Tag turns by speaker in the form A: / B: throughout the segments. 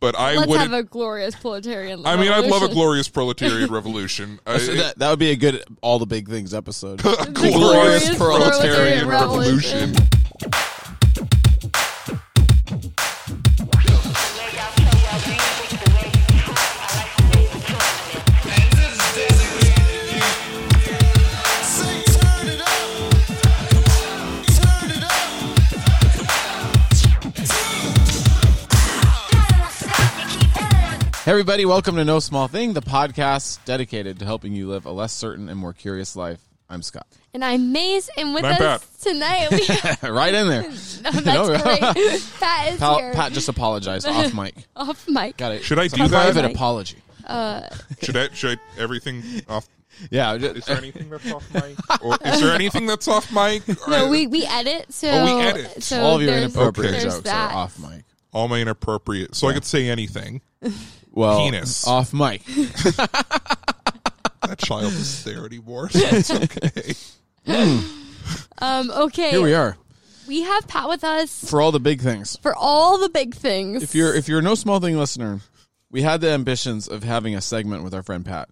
A: but I
B: Let's have
A: wouldn't.
B: a glorious proletarian.
A: I mean, I'd love a
B: revolution.
A: glorious proletarian revolution. I,
C: So that, that would be a good all the big things episode.
A: glorious,
B: glorious
A: proletarian
B: proletarian
A: revolution.
C: Hey everybody, welcome to No Small Thing, the podcast dedicated to helping you live a less certain and more curious life. I'm Scott.
B: And I'm Maze, and with
A: And I'm
B: us tonight we have,
C: right in there.
B: no, that's
C: No,
B: great. Pat is
C: Pal-
B: here.
C: Pat just apologized off mic.
B: off mic.
C: Got it.
A: Should I
C: It's a
A: do that?
C: Private apology.
A: Should I? Should I, everything off?
C: Yeah.
A: Is there anything that's off mic? Or is there anything that's off mic?
B: No,
A: Or-
B: we we edit. So
A: Oh, we edit.
B: So
C: all of your
B: there's-
C: inappropriate
B: there's
C: jokes
B: that.
C: are off mic.
A: all my inappropriate. So I could say anything.
C: Well,
A: Penis.
C: off mic.
A: That child is there anymore. So it's okay.
B: Um. Okay.
C: Here we are
B: We have Pat with us
C: for all the big things.
B: for all the big things.
C: If you're if you're a no small thing listener, we had the ambitions of having a segment with our friend Pat,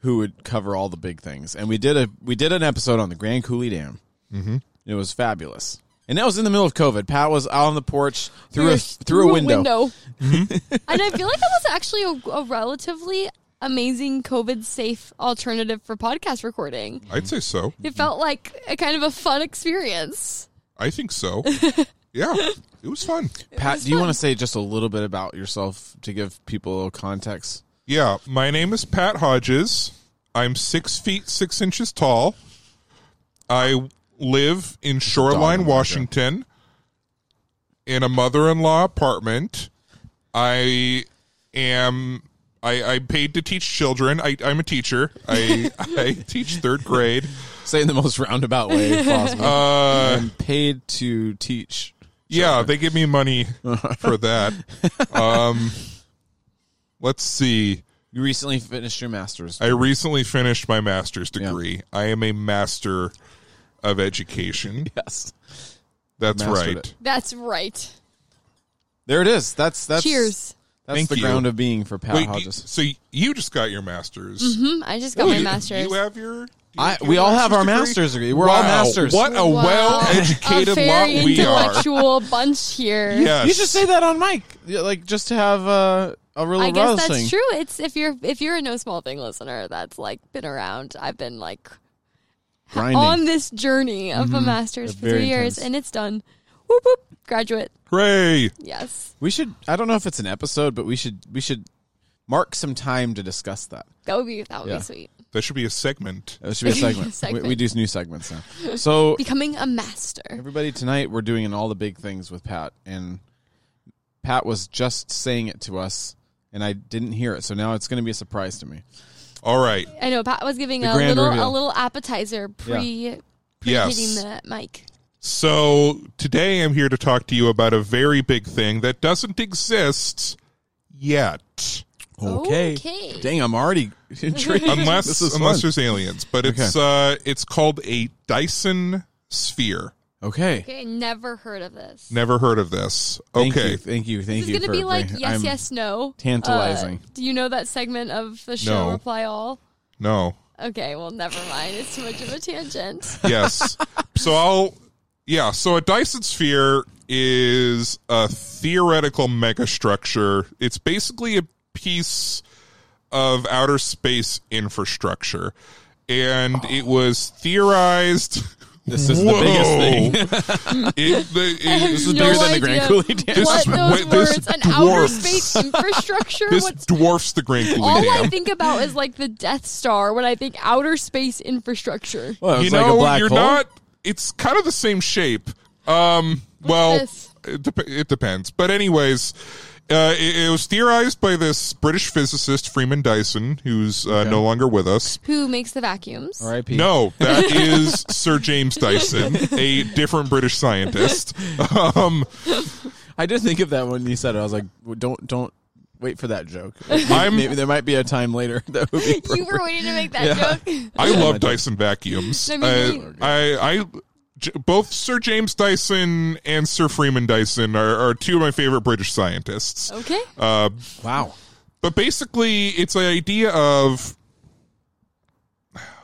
C: who would cover all the big things, and we did a we did an episode on the Grand Coulee Dam. Mm-hmm. It was fabulous, and that was in the middle of COVID. Pat was out on the porch through
B: We
C: a
B: were
C: through a window. Mm-hmm.
B: and I feel like that was actually a, a relatively amazing COVID safe alternative for podcast recording.
A: I'd say so.
B: It felt like a kind of a fun experience.
A: I think so. Yeah, it was fun.
C: Pat, do you want to say just a little bit about yourself to give people a little context?
A: Yeah, my name is Pat Hodges. I'm six feet six inches tall. I live in Shoreline,
C: Dog.
A: Washington, in a mother-in-law apartment. I am. I, I'm paid to teach children. I, I'm a teacher. I, I teach third grade.
C: Say it in the most roundabout way possible.
A: Uh,
C: I'm paid to teach.
A: yeah, they give me money for that. Um, let's see.
C: You recently finished your master's.
A: I recently finished my master's degree. I am a master of education.
C: yes,
A: That's
C: Mastered
A: right.
C: it.
B: That's right.
C: there it is. That's that's
B: Cheers.
C: That's
A: Thank
C: the
A: you.
C: ground of being for Pat
A: Wait, do you-
C: Hodges.
A: so y- you just got your master's.
B: Hmm, I just got my
A: You-
B: master's.
A: You have your. do you
C: I,
A: your
C: we all have our
A: degree?
C: master's degree. We're all
A: Wow,
C: masters.
A: What a
B: Wow.
A: well-educated
B: a
A: lot
B: very
A: we are.
B: intellectual bunch here.
A: Yes.
C: You should say that on mic, Yeah, like just to have uh, a real
B: I guess that's
C: rousing.
B: true. It's if you're if you're a no small thing listener that's like been around. I've been like
C: Grinding.
B: on this journey of a master's
C: They're
B: for three
C: Mm-hmm. very
B: years,
C: intense.
B: and it's done. Whoop whoop, graduate.
A: Hooray.
B: Yes,
C: we should. I don't know if it's an episode, but we should we should mark some time to discuss that.
B: that would be that would
C: Yeah.
B: be sweet.
A: That should be a segment.
C: That should be a segment.
B: Segment.
C: We, we do new segments now. So
B: Becoming a master.
C: everybody, tonight we're doing an all the big things with Pat, and Pat was just saying it to us, and I didn't hear it, so now it's going to be a surprise to me.
A: All right.
B: I know Pat was giving
C: The
B: a
C: grand
B: little a
C: reveal.
B: little appetizer pre pre hitting
A: Yes.
B: the mic.
A: So today I'm here to talk to you about a very big thing that doesn't exist yet.
B: Okay.
C: Dang, I'm already intrigued.
A: unless
C: This is
A: unless
C: fun.
A: there's aliens. But it's uh, it's called a Dyson sphere.
C: Okay.
B: Okay, never heard of this.
A: Never heard of this.
C: Thank
A: okay,
C: you, thank you, thank
B: This
C: you.
B: is gonna
C: for
B: be like
C: bringing-
B: yes,
C: I'm-
B: yes, no.
C: Tantalizing.
B: Uh, do you know that segment of the show
A: No.
B: Reply All?
A: no,
B: Okay, well, never mind. It's too much of a tangent.
A: yes. so I'll yeah. So a Dyson sphere is a theoretical megastructure. It's basically a piece of outer space infrastructure, and it was theorized.
C: This is the
A: Whoa.
C: biggest
A: It- the- it-
C: This is
B: No
C: bigger than the Grand
B: idea
C: Coulee Dam.
A: This
B: What
A: is
B: those
A: wi- this
B: words? An outer
A: dwarfs-
B: space infrastructure?
A: this
B: What's
A: dwarfs the Grand Coulee
B: all
A: Dam.
B: I think about is like the Death Star when I think outer space infrastructure.
C: Well, it
A: you
C: was
A: know,
C: like a black
A: you're
C: hole.
A: not. It's kind of the same shape. Um, well,
B: this?
A: it, dep- it depends. But anyways, uh, it, it was theorized by this British physicist Freeman Dyson, who's uh, no longer with us.
B: Who makes the vacuums?
C: R.I.P.
A: No, that is Sir James Dyson, a different British scientist. Um,
C: I did think of that when you said it. I was like, well, don't, don't wait for that joke.
A: I'm-
C: Maybe there might be a time later that would be.
B: You were waiting to make that joke.
A: I love Dyson vacuums.
B: I
A: I,
B: mean,
A: I, I J- both Sir James Dyson and Sir Freeman Dyson are, are two of my favorite British scientists.
B: Okay.
A: Uh,
C: Wow.
A: but basically, it's the idea of.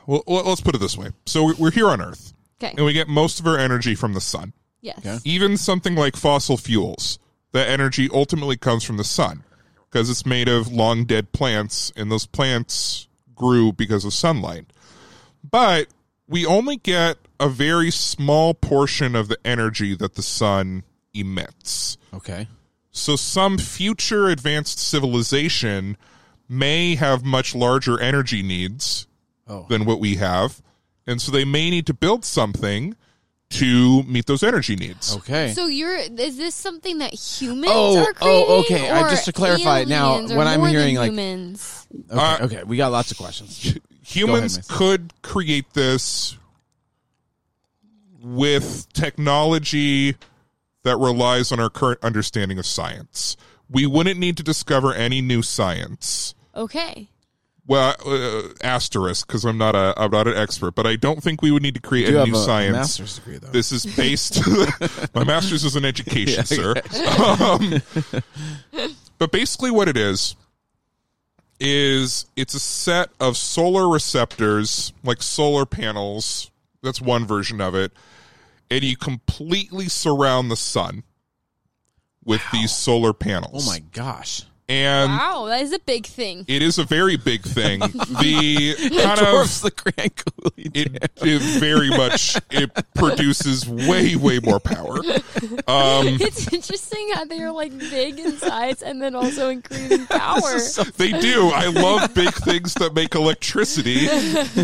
A: Well, let's put it this way. So we're- we're here on Earth,
B: Okay.
A: and we get most of our energy from the sun.
B: Yes.
C: Okay.
A: Even something like fossil fuels, that energy ultimately comes from the sun because it's made of long dead plants, and those plants grew because of sunlight. But we only get a very small portion of the energy that the sun emits.
C: Okay.
A: So some future advanced civilization may have much larger energy needs
C: Oh.
A: than what we have. And so they may need to build something to meet those energy needs.
C: Okay.
B: So you're is this something that humans
C: Oh,
B: are creating?
C: oh, okay. I-
B: or
C: just to clarify it now,
B: aliens or
C: when I'm
B: more than
C: hearing, like-
B: humans.
C: okay.
A: uh,
C: okay. We got lots of questions.
A: Humans
C: Mason.
A: could create this with technology that relies on our current understanding of science. We wouldn't need to discover any new science.
B: Okay.
A: Well, uh, asterisk because I'm not a I'm not an expert, but I don't think we would need to create
C: You
A: a
C: have
A: new
C: a, a
A: science.
C: master's degree though.
A: this is based. my master's is in education, sir. Um, but basically, what it is is it's a set of solar receptors, like solar panels. That's one version of it, and you completely surround the sun with these solar
C: oh
A: panels.
C: my gosh.
A: And
C: Um,
B: wow, that is a big thing.
A: it is a very big thing. the kind of
C: Dwarfs the Grand Coulee.
A: it, it very much it produces way way more power um
B: it's interesting how they are like big in size and then also increasing power.
A: they do i love big things that make electricity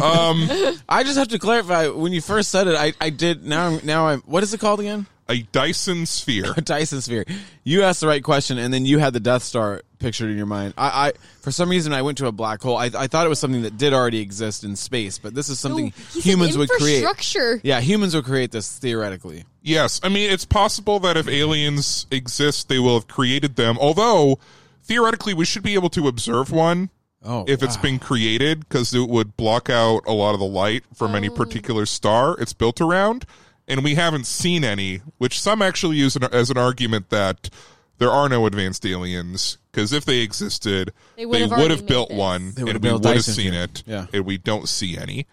A: um
C: I just have to clarify. When you first said it, I, I did. Now I'm now I'm. What is it called again?
A: a dyson sphere
C: A Dyson sphere. You asked the right question, and then you had the Death Star pictured in your mind. I, I for some reason I went to a black hole. I, I thought it was something that did already exist in space, but this is
B: He
C: something
B: said
C: humans would create.
B: infrastructure.
C: Yeah, humans would create this theoretically.
A: yes i mean it's possible that if aliens exist they will have created them although theoretically we should be able to observe one
C: Oh,
A: if it's
C: wow.
A: been created because it would block out a lot of the light from
B: Oh.
A: any particular star it's built around and we haven't seen any which some actually use an, as an argument that there are no advanced aliens because if they existed
B: They
A: they
B: would
A: would
B: have
A: have,
B: already made
A: built
B: this.
A: one
C: They
A: and
C: would have
A: we
C: built
A: would have
C: Dyson
A: seen
C: here.
A: it
C: Yeah.
A: and we don't see any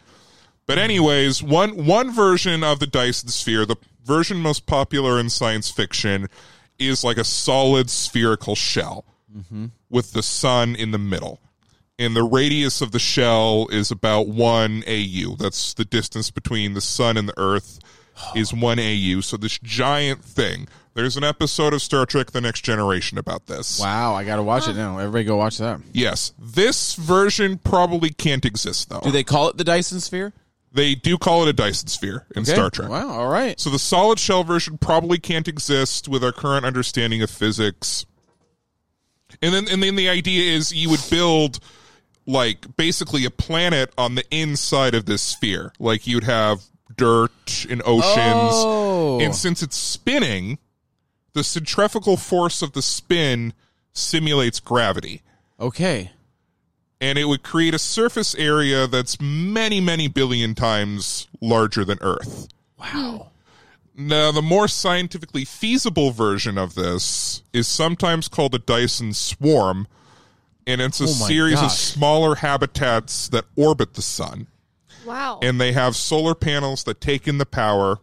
A: but anyways one one version of the dyson sphere the version most popular in science fiction is like a solid spherical shell
C: Mm-hmm.
A: with the sun in the middle. And the radius of the shell is about 1 AU. That's the distance between the sun and the earth is 1 AU. So this giant thing. There's an episode of Star Trek The Next Generation about this.
C: Wow, I gotta watch it now. Everybody, go watch that.
A: Yes. This version probably can't exist though.
C: Do
A: they-,
C: they call it the Dyson sphere?
A: do call it a Dyson sphere in
C: Okay.
A: Star Trek.
C: Wow. All right.
A: So the solid shell version probably can't exist with our current understanding of physics. And then and then the idea is you would build like basically a planet on the inside of this sphere. Like you'd have dirt and oceans.
C: Oh.
A: And since it's spinning, the centrifugal force of the spin simulates gravity.
C: Okay.
A: And it would create a surface area that's many, many billion times larger than Earth.
C: Wow.
A: Now, the more scientifically feasible version of this is sometimes called a Dyson swarm, and it's a
C: Oh my
A: series of
C: gosh.
A: smaller habitats that orbit the sun,
B: Wow.
A: and they have solar panels that take in the power.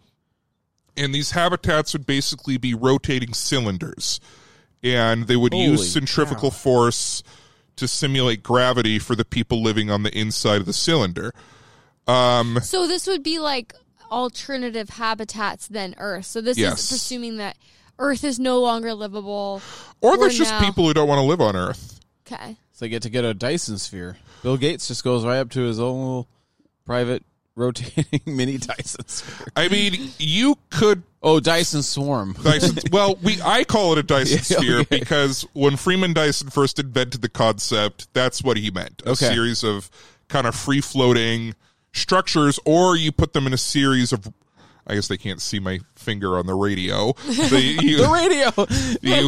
A: And these habitats would basically be rotating cylinders, and they would
C: Holy
A: use centrifugal force to simulate gravity for the people living on the inside of the cylinder. Um,
B: so this would be like alternative habitats than Earth. So this
A: Yes.
B: is assuming that Earth is no longer livable.
A: Or
B: Or
A: there's just
B: now.
A: people who don't want to live on Earth.
B: Okay.
C: So they get to get a Dyson sphere. Bill Gates just goes right up to his own little private rotating mini Dyson sphere.
A: I mean, you could
C: Oh, Dyson swarm.
A: Dyson. Well, we I call it a Dyson
C: Yeah,
A: sphere
C: okay.
A: because when Freeman Dyson first invented the concept, that's what he meant. A
C: Okay.
A: series of kind of free floating structures, or you put them in a series of. I guess they can't see my finger on the radio. They,
C: The
A: you,
C: radio.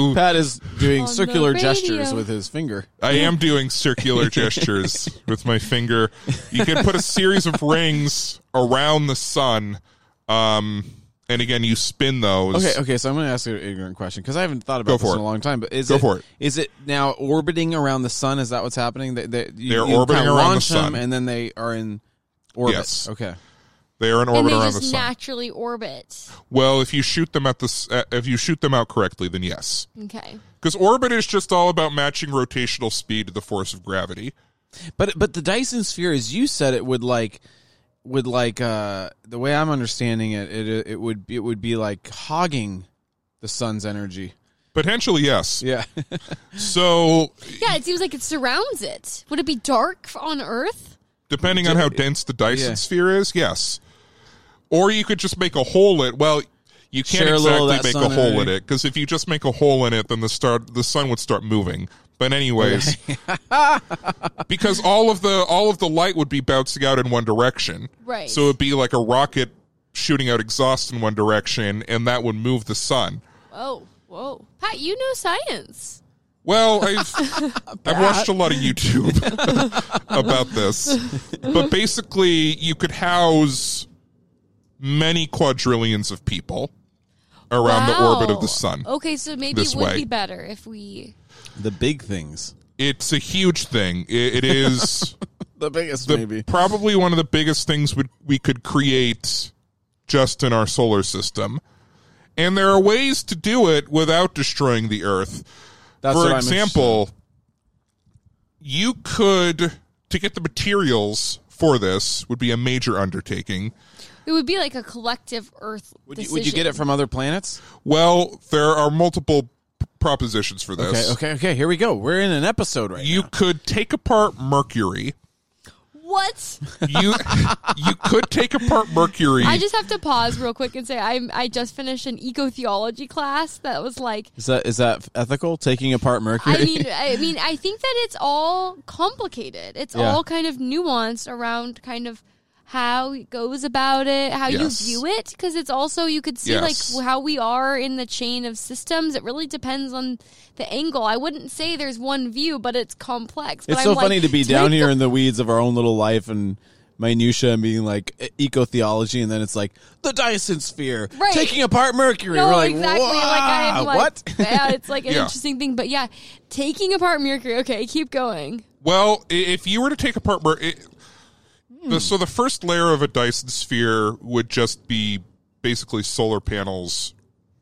A: you-
C: Pat is doing
B: On the
C: circular
B: radio.
C: gestures with his finger.
A: I am doing circular gestures with my finger. You can put a series of rings around the sun Um, and again, you spin those.
C: Okay, okay. So I'm going to ask you an ignorant question because I haven't thought about
A: Go
C: this
A: for
C: in a
A: it.
C: long time. But is
A: Go
C: it,
A: for it.
C: Is it now orbiting around the sun? Is that what's happening? They, they, you,
A: They're
C: you
A: orbiting
C: kinda
A: around the
C: launch 'em
A: sun.
C: and then they are in orbit.
A: Yes.
C: Okay.
A: They are in
B: and
A: orbit
B: they
A: around
B: just
A: the sun.
B: naturally orbit.
A: well, if you shoot them at the s- uh, if you shoot them out correctly, then yes,
B: Okay.
A: because orbit is just all about matching rotational speed to the force of gravity.
C: But but the Dyson sphere, as you said, it would like would like uh the way I'm understanding it, it it would it would be like hogging the sun's energy.
A: Potentially, yes.
C: Yeah.
A: So,
B: Yeah, it seems like it surrounds it. Would it be dark on Earth?
A: depending on how dense the Dyson
C: Yeah.
A: sphere is, yes. Or you could just make a hole in. Well, you can't
C: Share a little
A: exactly
C: of that
A: make a
C: sun
A: hole in
C: energy.
A: it because if you just make a hole in it, then the start the sun would start moving. But anyways, because all of the all of the light would be bouncing out in one direction,
B: Right.
A: So it'd be like a rocket shooting out exhaust in one direction, and that would move the sun.
B: Whoa, whoa. Pat, you know science.
A: Well, I've, I've watched a lot of YouTube about this, but basically, you could house many quadrillions of people around the
B: Wow. Oh.
A: orbit of the sun.
B: Okay, so maybe
A: This
B: it would
A: way.
B: be better if we.
C: the big things.
A: It's a huge thing. It, it is
C: The biggest
A: the,
C: maybe.
A: probably one of the biggest things we, we could create just in our solar system. And there are ways to do it without destroying the Earth.
C: That's
A: for
C: what I'm
A: example, you could to get the materials for this would be a major undertaking.
B: It would be like a collective Earth.
C: Would you, would you get it from other planets?
A: Well, there are multiple p- propositions for
C: Okay,
A: this.
C: okay, okay. Here we go. We're in an episode right
A: You could take apart Mercury.
B: What?
A: You you could take apart Mercury.
B: I just have to pause real quick and say I I just finished an eco theology class that was like
C: Is that is that ethical? Taking apart Mercury?
B: I mean I mean I think that it's all complicated. It's
C: Yeah.
B: all kind of nuanced around kind of how it goes about it, how
A: Yes.
B: you view it, because it's also you could see
A: Yes.
B: like how we are in the chain of systems. It really depends on the angle. I wouldn't say there's one view, but it's complex. But
C: it's
B: I'm
C: so
B: like,
C: funny to be
B: take
C: down
B: the-
C: here in the weeds of our own little life and minutia and being like eco theology, and then it's like the Dyson sphere
B: Right.
C: taking apart Mercury.
B: No,
C: We're like,
B: exactly. Like
C: "Wah,
B: I'm like,
C: what?
B: yeah, it's like an
A: Yeah.
B: interesting thing. But yeah, taking apart Mercury. Okay, keep going.
A: Well, i- if you were to take apart, Mer- it, the, so the first layer of a Dyson sphere would just be basically solar panels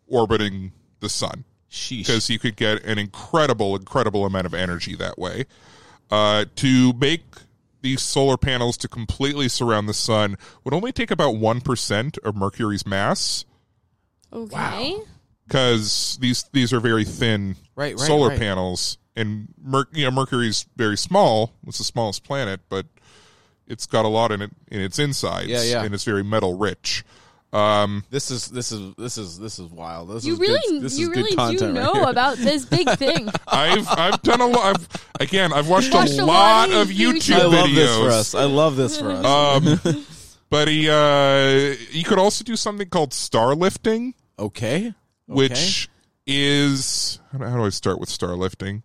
A: orbiting the sun
C: Sheesh.
A: because you could get an incredible, incredible amount of energy that way. Uh, to make these solar panels to completely surround the sun would only take about one percent of Mercury's mass
B: Okay.
A: because these these are very thin
C: Right, right,
A: solar
C: right.
A: panels, and Mer- you know Mercury's very small. It's the smallest planet, but it's got a lot in it in its insides,
C: Yeah, yeah.
A: and it's very metal rich. Um,
C: This is this is this is this is wild. This
B: You
C: is
B: really,
C: good, this
B: you
C: is
B: really
C: good content
B: do
C: right
B: know
C: here.
B: about this big thing.
A: I've I've done a lot. I've, again, I've watched,
B: Watched
A: a lot of YouTube videos.
C: I love this for us. I love this for us.
A: Um, but he, uh, you could also do something called starlifting,
C: okay. Okay.
A: which is how do- how do I start with starlifting?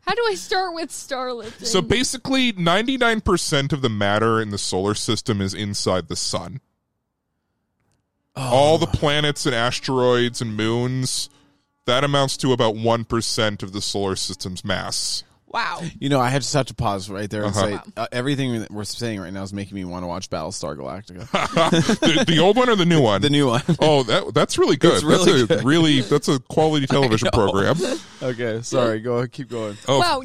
B: How do I start with starlifting?
A: So basically, 99% of the matter in the solar system is inside the sun. All the
C: Oh.
A: planets and asteroids and moons, that amounts to about 1% of the solar system's mass.
B: wow.
C: You know, I had- just have to pause right there and
A: Uh-huh.
C: say uh, everything that we're saying right now is making me want to watch Battlestar Galactica,
A: the, the old one or the new one?
C: the new one.
A: oh, that, that's really good.
C: It's really
A: that's a
C: good.
A: really that's a quality television program.
C: okay, sorry. Go keep going.
A: Oh,
B: Wow,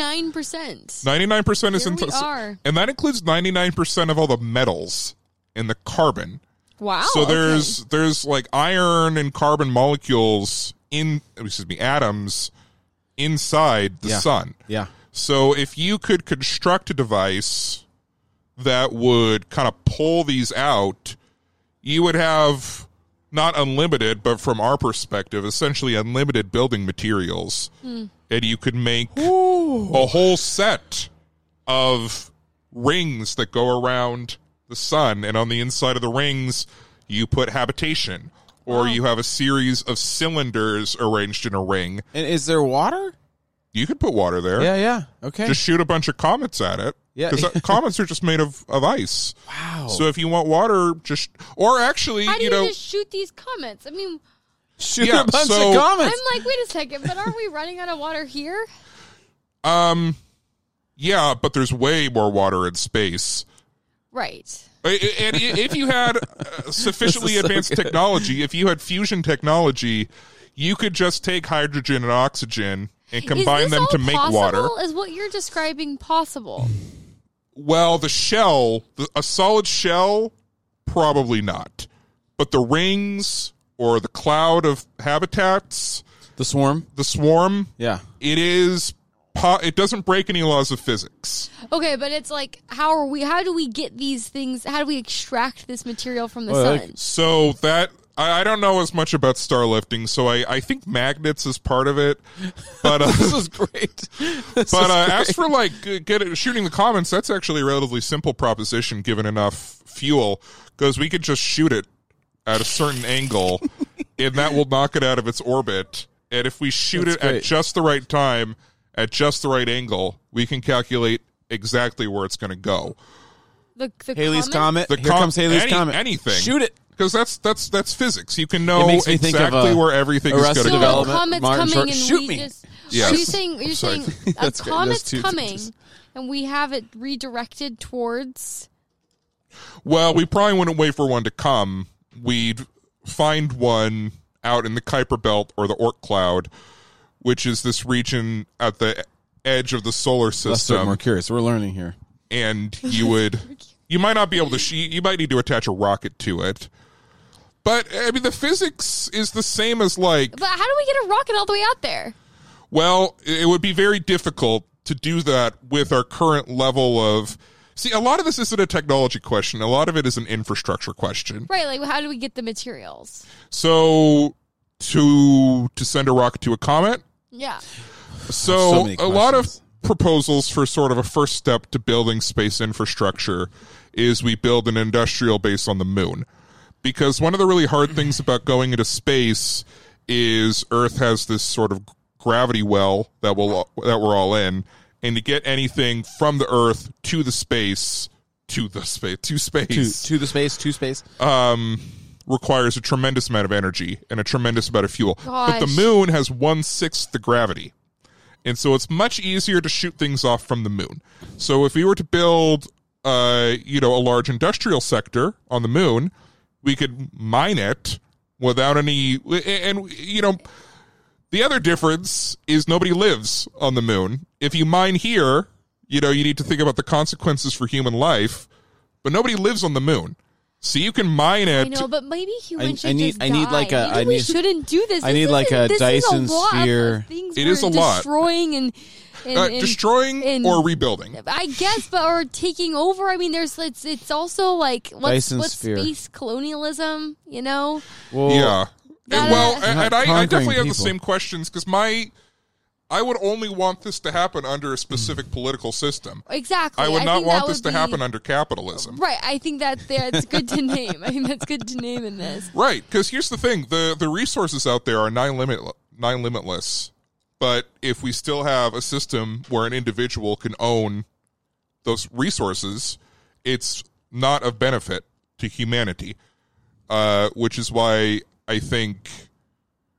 B: 99%.
A: 99% is
B: Here
A: in
B: we are.
A: and that includes 99% of all the metals and the carbon.
B: Wow.
A: so
B: Oh, okay.
A: there's there's like iron and carbon molecules in excuse me atoms inside the
C: Yeah.
A: sun.
C: Yeah.
A: So if you could construct a device that would kind of pull these out, you would have not unlimited, but from our perspective, essentially unlimited building materials, and you could make a whole set of rings that go around the sun, and on the inside of the rings, you put habitation. Or you have a series of cylinders arranged in a ring.
C: And is there water?
A: You could put water there.
C: Yeah, yeah. Okay.
A: Just shoot a bunch of comets at it.
C: Yeah.
A: because comets are just made of, of ice.
C: Wow.
A: So if you want water, just or actually,
B: How do
A: you
B: you,
A: know,
B: just shoot these comments? I mean,
C: shoot
A: Yeah,
C: a bunch
A: so-
C: of
B: I'm
C: comments.
B: like, wait a second, but aren't we running out of water here?
A: um, yeah, but there's way more water in space.
B: Right.
A: I- I- And i- if you had uh, sufficiently
C: This is so
A: advanced
C: good.
A: technology, if you had fusion technology, you could just take hydrogen and oxygen and combine
B: Is this
A: them
B: all
A: to make
B: possible?
A: water.
B: Is what you're describing possible?
A: Well, the shell, the, a solid shell, probably not. But the rings or the cloud of habitats,
C: the swarm.
A: the swarm,
C: Yeah.
A: it is. Po- it doesn't break any laws of physics.
B: Okay, but it's like, how are we? How do we get these things? How do we extract this material from the
C: Well, like-
B: sun?
A: So that I, I don't know as much about starlifting, so I, I think magnets is part of it. But uh,
C: This is great. This
A: but
C: is
A: uh,
C: great.
A: as for like g- get it, shooting the comments, that's actually a relatively simple proposition given enough fuel, because we could just shoot it at a certain angle, and that will knock it out of its orbit. And if we shoot
C: That's
A: it at
C: great.
A: just the right time, at just the right angle, we can calculate exactly where it's going to go.
B: The, the
C: Haley's
B: comet?
C: comet.
A: The
C: Here
A: com-
C: comes Haley's
A: any-
C: comet.
A: anything.
C: Shoot it.
A: Because that's that's that's physics. You can know
C: It makes me
A: exactly
C: think of, uh,
A: where everything is
C: Arrested
A: going to
B: So
A: go.
C: Development.
B: a comet's
C: Martin
B: coming
C: Short,
B: and
C: shoot
B: we
C: me.
B: just.
A: Yes.
B: Are you saying you're
A: Sorry.
B: saying a
C: That's great. That's
B: comet's
C: two
B: coming,
C: sentences.
B: and we have it redirected towards?
A: Well, we probably wouldn't wait for one to come. We'd find one out in the Kuiper Belt or the Oort Cloud, which is this region at the edge of the solar
C: Lester,
A: system.
C: we're curious. We're learning here.
A: And you would, you might not be able to. Sh- you might need to attach a rocket to it. But I mean, the physics is the same as like
B: But how do we get a rocket all the way out there?
A: Well, it would be very difficult to do that with our current level of. See, a lot of this isn't a technology question. A lot of it is an infrastructure question.
B: Right, like how do we get the materials?
A: So, to to send a rocket to a comet.
B: Yeah.
A: So,
C: many
A: a lot of
C: questions.
A: proposals for sort of a first step to building space infrastructure is we build an industrial base on the moon. Because one of the really hard things about going into space is Earth has this sort of gravity well that will that we're all in, and to get anything from the Earth to the space to the space to
C: To,
A: space
C: to the space. To space.
A: um, requires a tremendous amount of energy and a tremendous amount of fuel. But the
B: Gosh.
A: moon has one sixth the gravity. And so it's much easier to shoot things off from the moon. So if we were to build uh, you know, a large industrial sector on the moon, we could mine it without any and you know the other difference is nobody lives on the moon. If you mine here, you know, you need to think about the consequences for human life, but nobody lives on the moon. So you can mine
B: I
A: it.
B: know, but maybe
C: I-
B: humans
C: I
B: should
C: need-
B: just
C: I need, like,
B: die.
C: a-
B: Maybe
C: I
B: we
C: need-
B: shouldn't do this.
C: I
B: This
C: need, like,
B: isn't-
C: a
B: this is
C: Dyson
B: lot of
C: sphere.
B: things
A: It is
B: we're
A: a lot.
B: Destroying and, and,
A: Uh,
B: and-
A: destroying
B: and-
A: or rebuilding.
B: I guess, but or taking over. I mean, there's it's it's also like what's,
C: Dyson
B: what's
C: sphere.
B: space colonialism, you know?
C: Well,
A: yeah. And, well, and, and I, I
C: Conquering
A: definitely have the
C: people.
A: same questions because my, I would only want this to happen under a specific political system.
B: Exactly.
A: I would not
B: think that
A: want this
B: would
A: to
B: be-
A: happen under capitalism.
B: Right. I think that that's good to name. I think that's good to name in this.
A: Right, because here's the thing: the the resources out there are nine limit nine limitless. But if we still have a system where an individual can own those resources, it's not of benefit to humanity. Uh, which is why I think,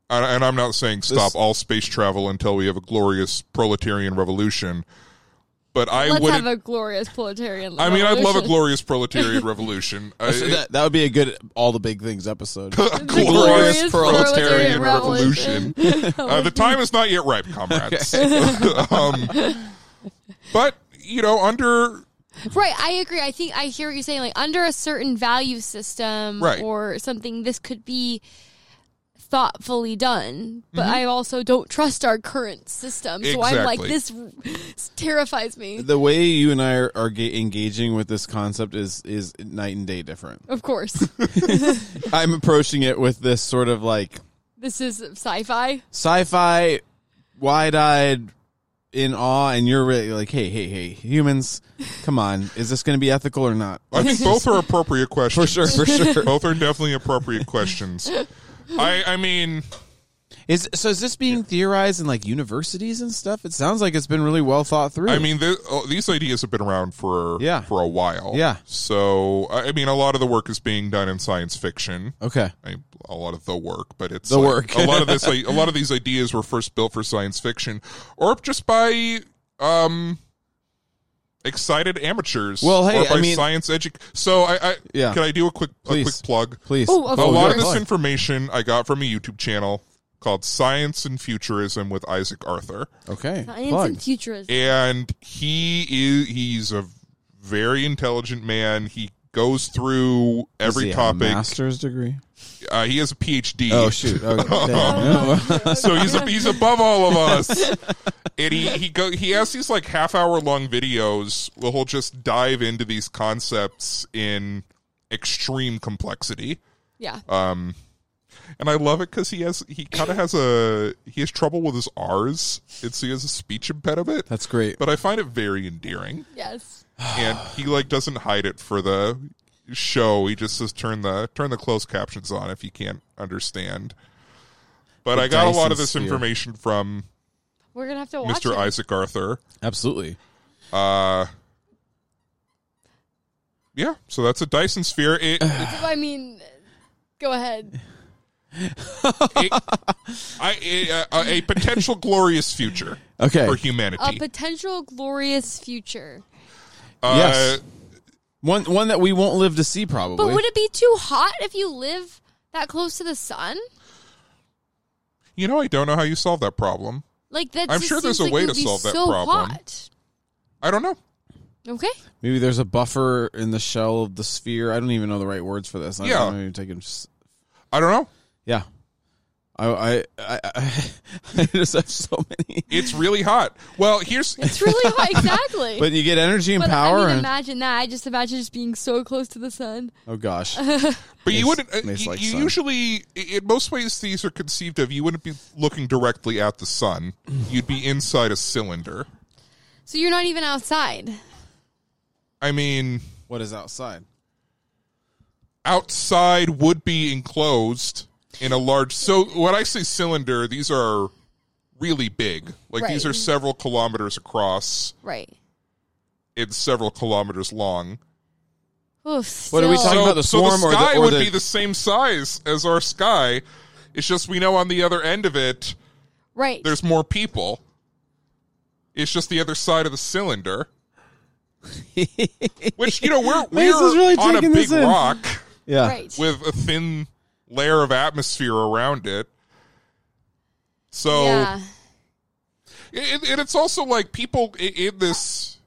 A: and and I'm not saying stop
C: This-
A: all space travel until we have a glorious proletarian revolution. But I
B: Let's have
A: wouldn't.
B: a glorious proletarian.
A: I mean, I'd love a
B: revolution.
A: glorious proletarian revolution. I-
C: So that, that would be a good all the big things episode.
A: glorious,
B: glorious
A: proletarian,
B: proletarian
A: revolution. Uh, the time is not yet ripe, comrades. um, but you know, under
B: Right, I agree. I think I hear what you're saying. Like under a certain value system
A: Right.
B: or something, this could be thoughtfully done. But
A: Mm-hmm.
B: I also don't trust our current system, so I'm like,
A: Exactly.
B: this terrifies me.
C: the way you and I are, are ga- engaging with this concept is is night and day different.
B: Of course,
C: I'm approaching it with this sort of like
B: this is sci-fi.
C: sci-fi, wide-eyed, in awe, and you're really like, hey, hey, hey, humans, come on, is this going to be ethical or not?
A: I think both are appropriate questions
C: for sure.
A: Both are definitely appropriate questions. I I mean,
C: Is so? Is this being theorized in like universities and stuff? It sounds like it's been really well thought through.
A: I mean, th- uh, these ideas have been around for
C: Yeah.
A: for a while.
C: Yeah.
A: So I I mean, a lot of the work is being done in science fiction.
C: okay,
A: I, a lot of the work, but it's
C: The
A: like-
C: work.
A: a lot of this, like, a lot of these ideas were first built for science fiction, or just by um excited amateurs.
C: Well, hey,
A: or by
C: I mean-
A: science edu. So I, I
C: Yeah.
A: can I do a quick a
C: Please.
A: quick plug?
C: please.
B: Oh, of
A: a
B: course.
A: lot
C: yeah,
A: of this
C: plug.
A: information I got from a YouTube channel called Science and Futurism with Isaac Arthur,
C: okay,
B: Science
C: plug.
B: and futurism.
A: and he is he's a very intelligent man. He goes through
C: Does
A: every
C: he have a
A: topic.
C: master's degree.
A: Uh, he has a PhD.
C: Oh shoot! Okay, damn.
A: so he's he's above all of us. And he he go he has these like half hour long videos where he'll just dive into these concepts in extreme complexity.
B: yeah.
A: Um, and I love it because he has he kind of has a he has trouble with his R's, and so he has a speech impediment.
C: That's great.
A: But I find it very endearing,
B: yes.
A: and he like doesn't hide it for the show. He just says turn the turn the closed captions on if you can't understand. But
C: The
A: I got a lot
C: Dyson
A: of this
C: sphere.
A: information from
B: We're gonna have to watch
A: Mr.
B: it.
A: Isaac Arthur.
C: Absolutely.
A: Uh, yeah, so that's a Dyson sphere. It,
B: I mean, go ahead.
A: it- I, it- uh, a potential glorious future
C: Okay.
A: for
B: A
A: humanity.
B: potential glorious future.
A: Uh,
C: Yes. One one that we won't live to see probably.
B: But would it be too hot if you live that close to the sun?
A: You know, I don't know how you solve that problem.
B: Like that's.
A: I'm sure there's a way to solve that problem.
B: Hot.
A: I don't know.
B: Okay.
C: Maybe there's a buffer in the shell of the sphere. I don't even know the right words for this. I
A: Yeah.
C: don't know, taking s-
A: I don't know.
C: Yeah. I I I, I, I just have so many.
A: It's really hot. Well, here's
B: It's really hot. Exactly.
C: But you get energy and
B: But,
C: power
B: I mean,
C: and
B: imagine that. I just imagine just being so close to the sun.
C: oh gosh.
A: But you
C: Mace-
A: wouldn't. Uh,
C: Mace
A: you
C: likes
A: you
C: sun.
A: usually, i- in most ways, these are conceived of. You wouldn't be looking directly at the sun. You'd be inside a cylinder.
B: So you're not even outside.
A: I mean,
C: What is outside?
A: outside would be enclosed in a large. So when I say cylinder, these are really big. Like these
B: Right.
A: are several kilometers across
B: Right.
A: and several kilometers long.
B: Oof,
C: What are we
B: still.
C: talking
A: So,
C: about the
A: so the
C: swarm or the-
A: sky
C: or
A: would
C: the-
A: be the same size as our sky. It's just we know on the other end of it
B: Right.
A: there's more people. It's just the other side of the cylinder. Which you know we're
C: Mace
A: we're
C: is really
A: on a
C: taking
A: big
C: this in.
A: rock
C: Yeah.
B: right.
A: with a thin layer of atmosphere around it. So
B: yeah.
A: it, and it's also like people i- in this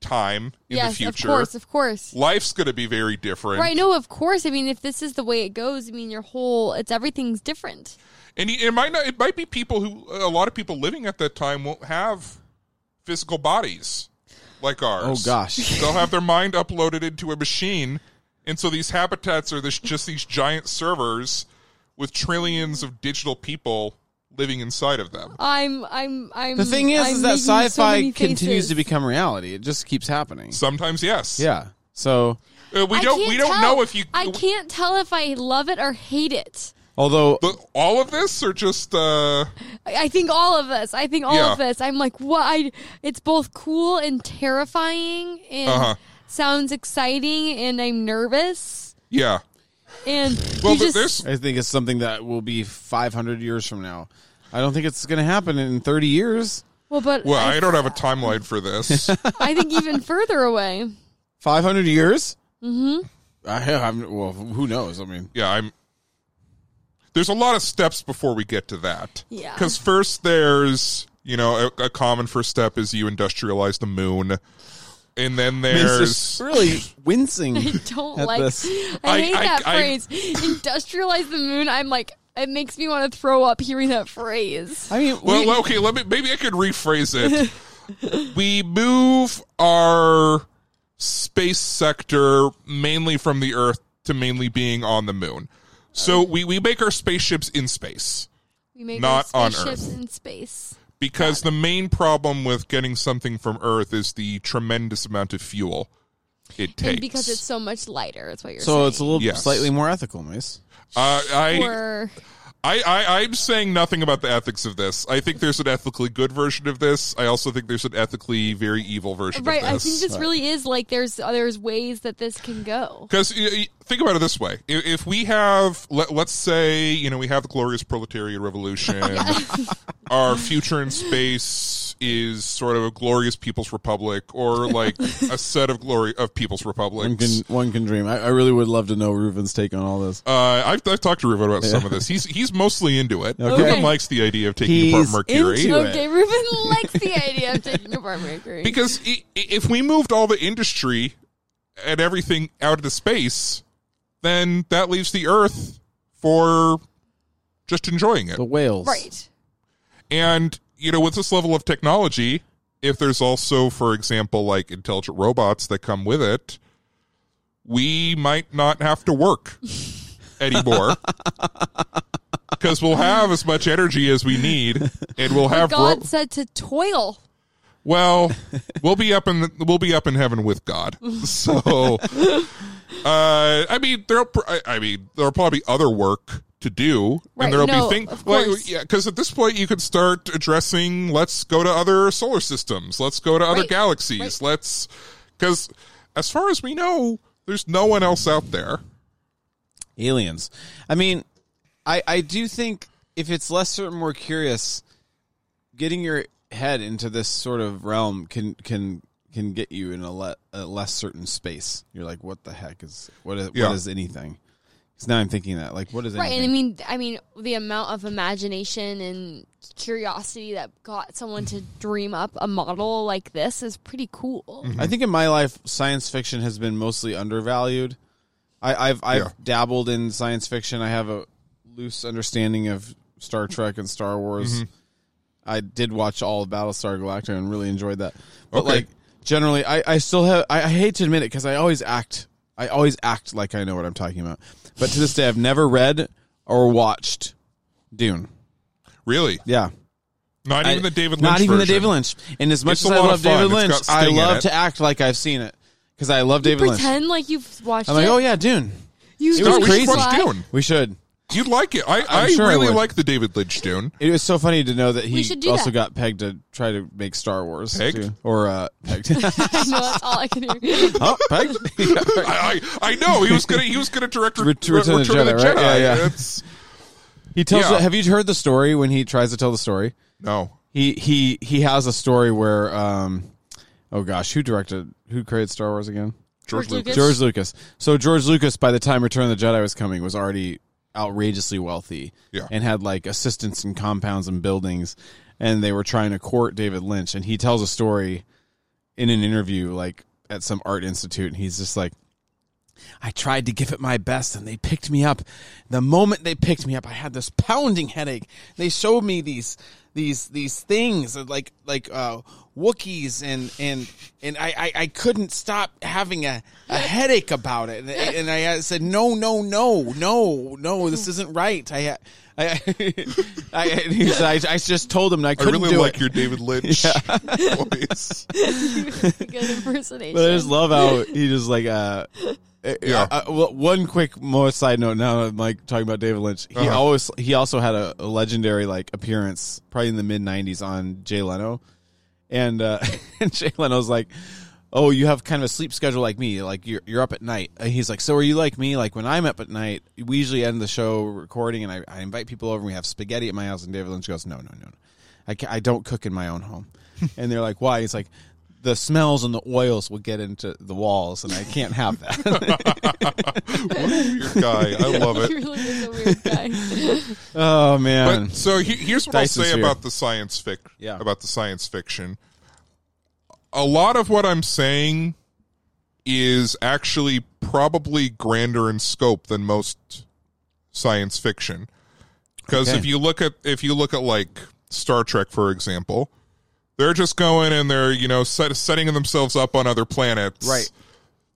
A: time in
B: yes.
A: the future,
B: Of course. Of course.
A: life's going to be very different.
B: Right. No. Of course. I mean, if this is the way it goes, I mean, your whole it's everything's different.
A: and it might not it might be people who a lot of people living at that time won't have physical bodies like
C: Oh
A: ours
C: gosh.
A: they'll have their mind uploaded into a machine and so these habitats are this, just these giant servers with trillions of digital people living inside of them
B: I'm. I'm. I'm.
C: The thing is,
B: I'm
C: is that
B: making so
C: sci-fi
B: many
C: continues
B: faces.
C: to become reality. It just keeps happening.
A: sometimes yes
C: yeah. So
A: Uh, we
B: I
A: don't
B: can't
A: we don't
B: tell.
A: know if you
B: I can't tell if I love it or hate it.
C: although
A: the, all of this or just uh
B: I I think all of us. I think all
A: Yeah.
B: of this. I'm like, what? I, it's both cool and terrifying, and
A: Uh-huh.
B: sounds exciting, and I'm nervous.
A: yeah
B: And
A: well
B: you
A: th-
B: just,
A: there's
C: I think it's something that will be 500 years from now. I don't think it's going to happen in 30 years.
B: well, but
A: well
B: I,
A: i don't have a timeline for this
B: I think even further away.
C: 500 years? Mm-hmm. I, I'm, well, who knows? I mean,
A: yeah, I'm. There's a lot of steps before we get to that.
B: Yeah.
A: Because first, there's you know a, a common first step is you industrialize the moon, and then
C: it's
A: there's
C: really wincing.
B: I don't
C: At
B: like.
C: this.
A: I-
B: I hate
A: I-
B: that
A: I-
B: phrase. Industrialize the moon. I'm like, it makes me want to throw up hearing that phrase.
C: I mean,
A: well,
C: we-
A: well, okay. Let me maybe I could rephrase it. we move our space sector mainly from the Earth to mainly being on the moon. So we, we make our spaceships in space.
B: We make
A: Not
B: our
A: on
B: spaceships in space.
A: because the main problem with getting something from Earth is the tremendous amount of fuel it takes.
B: And because it's so much lighter, that's what you're
C: so
B: saying.
C: it's a little
A: Yes.
C: slightly more ethical, Mace.
A: uh, I
B: or,
A: I, I I'm saying nothing about the ethics of this. I think there's an ethically good version of this. I also think there's an ethically very evil version
B: Right.
A: of
B: I
A: this.
B: think this really is like there's uh, there's ways that this can go.
A: Because think about it this way: if, if we have, let, let's say, you know, we have the glorious proletariat revolution, our future in space is sort of a glorious people's republic, or like a set of glory of people's republics.
C: One can, one can dream. I, I really would love to know Reuven's take on all this.
A: Uh, I've, I've talked to Ruben about some of this. He's he's mostly into it.
C: Okay.
A: Ruben likes the idea of taking
C: He's
A: apart Mercury.
C: into it.
B: Okay, Ruben likes the idea of taking apart Mercury.
A: Because i- i- if we moved all the industry and everything out into space, then that leaves the Earth for just enjoying it.
C: The whales.
B: right.
A: And, you know, with this level of technology, if there's also, for example, like intelligent robots that come with it, we might not have to work anymore. Because we'll have as much energy as we need, and we'll have ro-
B: God said to toil.
A: well, we'll be up in the, we'll be up in heaven with God. So, uh, I mean, there'll pr- I- I mean there'll probably be other work to do,
B: Right,
A: and there'll
B: no,
A: be things
B: of
A: like
B: course.
A: yeah, because at this point you could start addressing. Let's go to other solar systems. Let's go to other
B: Right,
A: galaxies.
B: right.
A: Let's because as far as we know, there's no one else out there.
C: aliens. I mean, I I do think if it's lesser and more curious, getting your head into this sort of realm can can can get you in a, le- a less certain space. You're like, what the heck is what is,
A: Yeah.
C: what is anything? Because now I'm thinking that like, what is
B: Right, and I
C: anything?
B: mean, I mean, the amount of imagination and curiosity that got someone to dream up a model like this is pretty cool.
C: I think in my life, science fiction has been mostly undervalued. I, I've I've
A: Yeah.
C: dabbled in science fiction. I have a loose understanding of Star Trek and Star Wars.
A: Mm-hmm.
C: I did watch all of Battlestar Galactica and really enjoyed that. But
A: Okay.
C: like generally, I, I still have. I, I hate to admit it because I always act. I always act like I know what I'm talking about. But to this day, I've never read or watched Dune.
A: Really,
C: Yeah.
A: not even
C: I-
A: the David Lynch.
C: Not even the
A: version.
C: David Lynch. And as much
A: It's
C: as
A: a
C: I
A: lot of
C: love
A: fun.
C: David
A: It's
C: Lynch,
A: got
C: I
A: Sting in
C: love
A: it.
C: to act like I've seen it because I love David Lynch.
B: Pretend like you've watched
C: I'm like,
B: it.
C: oh yeah, Dune.
B: you
C: was
B: just
A: No, we should
C: crazy.
A: watch
B: lie.
A: Dune.
C: We should.
A: You'd like it. I, I
C: sure I
A: really
C: would.
A: like the David Lynch Dune.
C: It was so funny to know that he
B: should do
C: also
B: that.
C: got pegged to try to make Star Wars
A: Pegged?
C: too. or uh, pegged.
B: no, that's all I can hear.
C: oh, pegged. Yeah, pegged.
A: I, I I know he was gonna he was gonna direct
C: Ret- Return of the Jedi, right? Yeah, yeah.
A: It's-
C: He tells.
A: Yeah.
C: Have you heard the story when he tries to tell the story?
A: no,
C: He he he has a story where um, oh gosh, who directed who created Star Wars again?
A: George
B: George
A: Lucas.
B: Lucas.
C: George Lucas. So George Lucas, by the time Return of the Jedi was coming, was already outrageously wealthy,
A: Yeah.
C: and had like assistants and compounds and buildings, and they were trying to court David Lynch. And he tells a story in an interview, like at some art institute, and he's just like, "I tried to give it my best, and they picked me up. The moment they picked me up, I had this pounding headache. They showed me these." These these things like like uh, Wookiees and and and I, I, I couldn't stop having a, a headache about it and, and I uh, said no no no no no this isn't right I I I, I, he said, I, I just told him I
A: I
C: couldn't
A: really
C: do
A: like
C: it.
A: your David Lynch voice.
B: Good impersonation.
C: But I just love how he just like uh. Yeah.
A: Yeah.
C: Uh, well, one quick more side note. Now I'm like talking about David Lynch. He
A: Uh-huh.
C: always he also had a, a legendary like appearance, probably in the mid '90s, on Jay Leno, and uh, and Jay Leno's like, "Oh, you have kind of a sleep schedule like me. Like you're you're up at night." And he's like, "So are you like me? Like when I'm up at night, we usually end the show recording, and I, I invite people over, and we have spaghetti at my house." And David Lynch goes, "No, no, no, no. I ca I don't cook in my own home." and they're like, "Why?" He's like. The smells and the oils will get into the walls, and I can't have that.
A: What a weird guy. I love
B: He
A: it.
B: really is a weird guy.
C: oh man!
A: But so he, here's what
C: Dyson
A: I'll say
C: sphere.
A: about the science fic
C: Yeah.
A: about the science fiction. A lot of what I'm saying is actually probably grander in scope than most science fiction. Because
C: Okay.
A: if you look at if you look at like Star Trek, for example, they're just going and they're you know set, setting themselves up on other planets,
C: Right.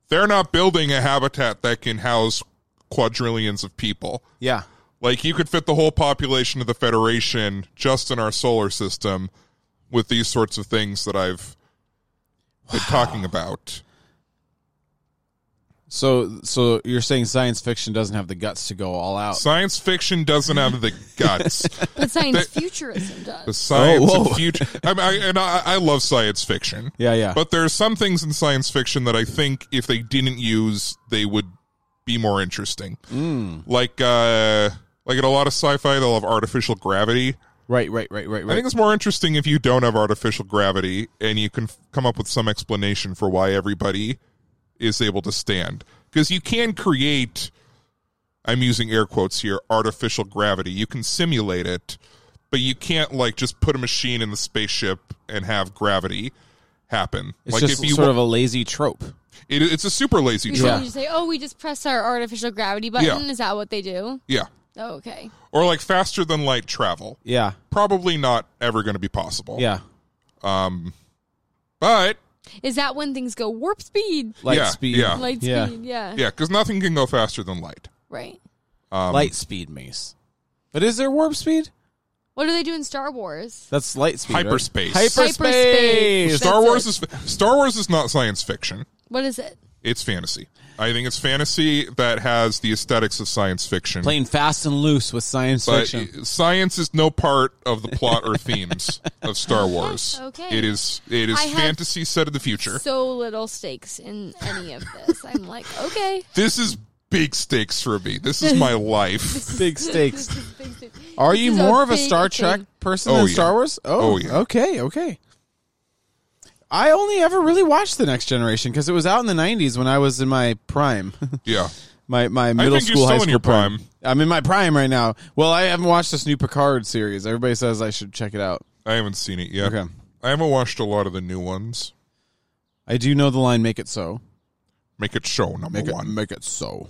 A: They're not building a habitat that can house quadrillions of people.
C: Yeah.
A: Like you could fit the whole population of the Federation just in our solar system with these sorts of things that I've been talking about.
C: So, so you're saying science fiction doesn't have the guts to go all out?
A: Science fiction doesn't have the guts.
B: But science futurism does.
A: The science
C: Oh,
A: and
C: whoa.
A: future. I, mean, I, and I, I love science fiction.
C: Yeah, yeah.
A: But there are some things in science fiction that I think if they didn't use, they would be more interesting. Like, uh, like in a lot of sci-fi, they'll have artificial gravity.
C: right, right, right, right,
A: I
C: right.
A: think it's more interesting if you don't have artificial gravity and you can f- come up with some explanation for why everybody is able to stand. Because you can create, I'm using air quotes here, artificial gravity. You can simulate it, but you can't like just put a machine in the spaceship and have gravity happen.
C: It's
A: like
C: just
A: if you,
C: sort of a lazy trope.
A: it, it's a super lazy
B: We
A: trick.
C: Yeah.
B: should just say, oh, we just press our artificial gravity button.
A: Yeah.
B: Is that what they do?
A: Yeah.
B: Oh, okay.
A: Or like faster than light travel.
C: Yeah,
A: Probably not ever going to be possible.
C: yeah.
A: But
B: Is that when things go warp speed?
C: Light
A: Yeah,
C: speed.
A: yeah.
B: Light
C: Yeah.
B: speed, yeah.
A: yeah, because nothing can go faster than light.
B: Right.
A: Um,
C: light speed, Mace. But is there warp speed?
B: What do they do in Star Wars?
C: That's light speed. right?
A: Hyperspace.
C: Hyperspace.
B: Hyperspace.
C: Star-
A: Star
B: That's
A: Wars
B: it.
A: is Star Wars is not science fiction.
B: What is it?
A: It's fantasy. I think it's fantasy that has the aesthetics of science fiction.
C: Playing fast and loose with science
A: but
C: fiction.
A: science is no part of the plot or themes of Star Wars.
B: Okay.
A: It is it is
B: I have-
A: fantasy set of the future.
B: So little stakes in any of this. I'm like, okay.
A: this is big stakes for me. This is my life.
C: Big stakes.
B: This is big stakes.
C: Are
B: This
C: you
B: is
C: more of a
B: big
C: Star
B: thing.
C: Trek person
A: Oh,
C: than
A: yeah.
C: Star Wars?
A: Oh, yeah.
C: okay, okay. I only ever really watched the Next Generation because it was out in the '90s when I was in my prime,
A: yeah.
C: my my middle
A: think you're
C: school,
A: still
C: high
A: in
C: school
A: your prime.
C: I'm in my prime right now. Well, I haven't watched this new Picard series. Everybody says I should check it out.
A: I haven't seen it yet.
C: Okay.
A: I haven't watched a lot of the new ones.
C: I do know the line "Make it so."
A: Make it show number
C: Make it,
A: one.
C: make it so.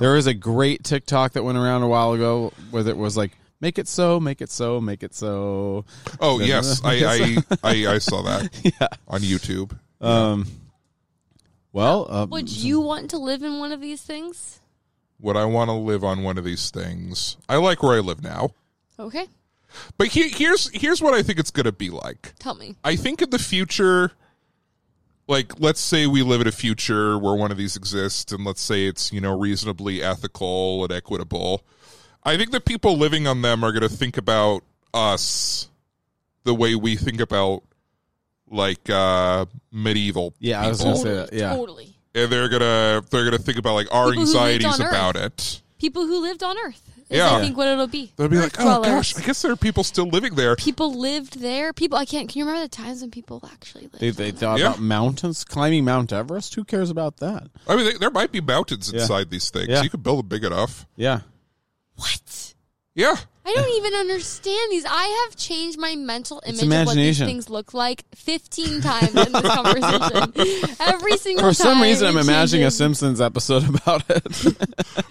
C: There is a great TikTok that went around a while ago where it was like, "Make it so, make it so, make it so."
A: Oh yes, I I, I I saw that on YouTube.
C: Um. Well, um,
B: Would you want to live in one of these things?
A: Would I want to live on one of these things? I like where I live now.
B: Okay.
A: But he, here's here's what I think it's going to be like.
B: Tell me.
A: I think in the future, like let's say we live in a future where one of these exists, and let's say it's you know reasonably ethical and equitable. I think the people living on them are going to think about us the way we think about like uh medieval
C: Yeah, I was
A: people.
C: gonna say that, yeah.
B: Totally.
A: and they're gonna they're gonna think about like our
B: People who lived
A: anxieties
B: on Earth.
A: about it
B: People who lived on Earth is,
A: Yeah.
B: I think, what it'll be.
A: They'll be
B: Earth
A: like, oh
B: dwellers.
A: gosh, I guess there are people still living there.
B: People lived there. People, I can't. Can you remember the times when people actually lived?
C: They, they thought
A: Yeah.
C: about mountains, climbing Mount Everest. Who cares about that?
A: I mean, they, there might be mountains inside these things.
C: Yeah.
A: You could build them big enough.
C: Yeah.
B: what?
A: Yeah.
B: I don't even understand these. I have changed my mental image of what these
C: imagination.
B: things look like 15 times in this conversation. Every single
C: For some
B: time
C: reason, I'm
B: it
C: imagining a
B: changes.
C: Simpsons episode about it.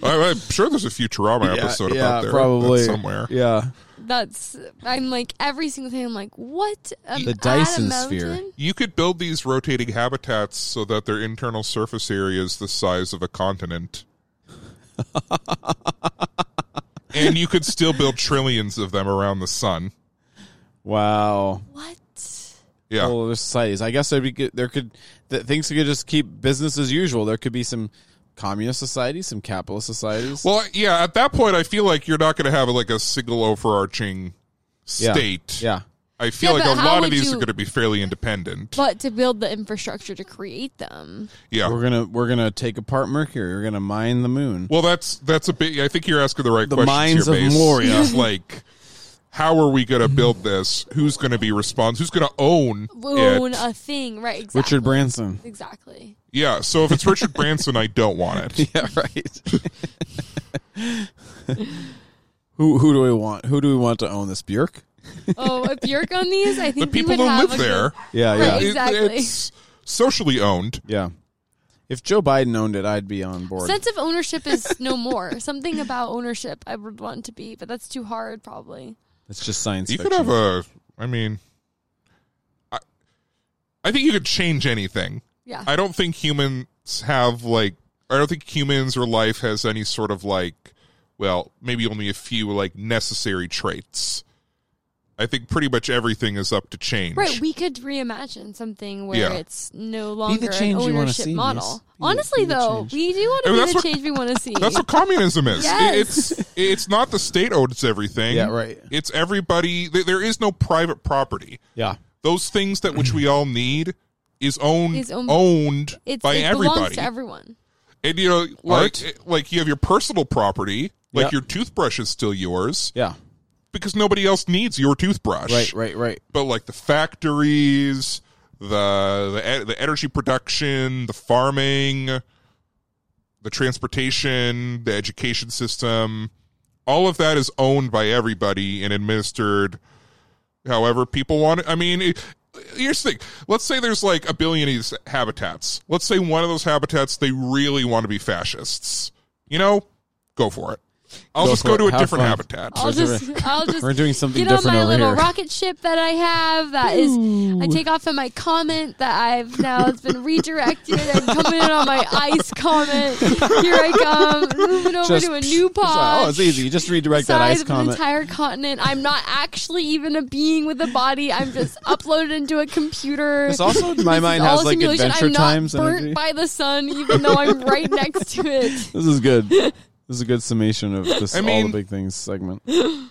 A: I, I'm sure there's a Futurama episode
C: yeah,
A: about there
C: probably
A: that's somewhere.
C: Yeah,
B: That's. I'm like every single time. I'm like, what? I'm
C: The
B: at a
C: Dyson sphere.
B: mountain?
A: You could build these rotating habitats so that their internal surface area is the size of a continent. and you could still build trillions of them around the sun.
C: wow.
B: What?
A: Yeah.
C: Whole other societies. I guess there'd be good, there could that things could just keep business as usual. There could be some communist societies, some capitalist societies.
A: Well, yeah, at that point, I feel like you're not going to have like a single overarching
C: Yeah.
A: state.
C: yeah,
A: I feel
B: Yeah,
A: like
B: but
A: a
B: how
A: lot of
B: would
A: these
B: you-
A: are going to be fairly independent.
B: But to build the infrastructure to create them.
A: yeah.
C: we're gonna we're gonna take apart Mercury. We're gonna mine the moon.
A: Well, that's that's a bit. I think you're asking the right
C: The
A: questions
C: minds
A: here,
C: of
A: Mace.
C: Moria.
A: It's like, how are we going to build this? Who's going to be responsible? Who's going to own
B: own uh,
A: it?
B: a thing, right? Exactly.
C: Richard Branson.
B: Exactly.
A: yeah. So if it's Richard Branson, I don't want it.
C: Yeah, right. who who do we want? Who do we want to own this Bjork?
B: Oh, if you're on these, I
A: The
B: think
A: people
B: we would
A: who
B: have
A: live
B: a
A: there,
B: good-
C: Yeah,
B: Right.
A: it-
B: Exactly.
A: it's socially owned.
C: yeah. If Joe Biden owned it, I'd be on board.
B: sense of ownership is no more. Something about ownership I would want to be, but that's too hard, probably.
C: It's just science
A: You
C: fiction.
A: could have a. I mean, I, I think you could change anything.
B: Yeah.
A: I don't think humans have like I don't think humans or life has any sort of like well, maybe only a few like necessary traits. I I think pretty much everything is up to change.
B: Right, we could reimagine something where
A: Yeah.
B: it's no longer an
C: change you wanna
B: ownership
C: see,
B: model.
C: miss. Be the-
B: Honestly,
C: be the
B: though,
C: change.
B: we do
A: I
B: want to
A: mean,
B: be
A: that's
B: the
A: what-
B: change we want to see.
A: That's what communism is.
B: Yes.
A: It- It's it's not the state owns everything.
C: Yeah, right.
A: It's everybody. th- There is no private property.
C: Yeah.
A: Those things that which we all need is owned
B: Is owned-
A: owned
B: it's,
A: by
B: it belongs
A: everybody.
B: to everyone.
A: and you know, like
C: Art.
A: like you have your personal property. Like
C: Yeah.
A: your toothbrush is still yours
C: Yeah.
A: because nobody else needs your toothbrush.
C: Right, right, right.
A: But like the factories, the the, e- the energy production, the farming, the transportation, the education system, all of that is owned by everybody and administered however people want it. I mean, it, here's the thing. Let's say there's like a billion of these habitats. Let's say one of those habitats they really want to be fascists. You know, go for it. I'll
C: Go
A: just
C: for
A: go
C: it.
A: to a
C: Have
A: different
C: fun.
A: habitat.
B: I'll
C: Where's
B: just,
C: every-
B: I'll just
C: We're doing something
B: get on
C: different
B: my
C: over
B: little
C: here.
B: rocket ship that I have. That is, I take off in my comment that I've now it's been redirected. I'm coming in on my ice comment. Here I come, moving over to a new pod.
C: Oh, it's easy. You just redirect that
B: size
C: ice
B: of an
C: comment.
B: entire continent. I'm not actually even a being with a body. I'm just uploaded into a computer.
C: It's also in my
B: This is
C: mind
B: all
C: has like
B: simulation.
C: Adventure
B: I'm not
C: Times
B: burnt
C: energy.
B: by the sun, even though I'm right next to it.
C: This is good. This is a good summation of this
A: I
C: all
A: mean-
C: the big things segment.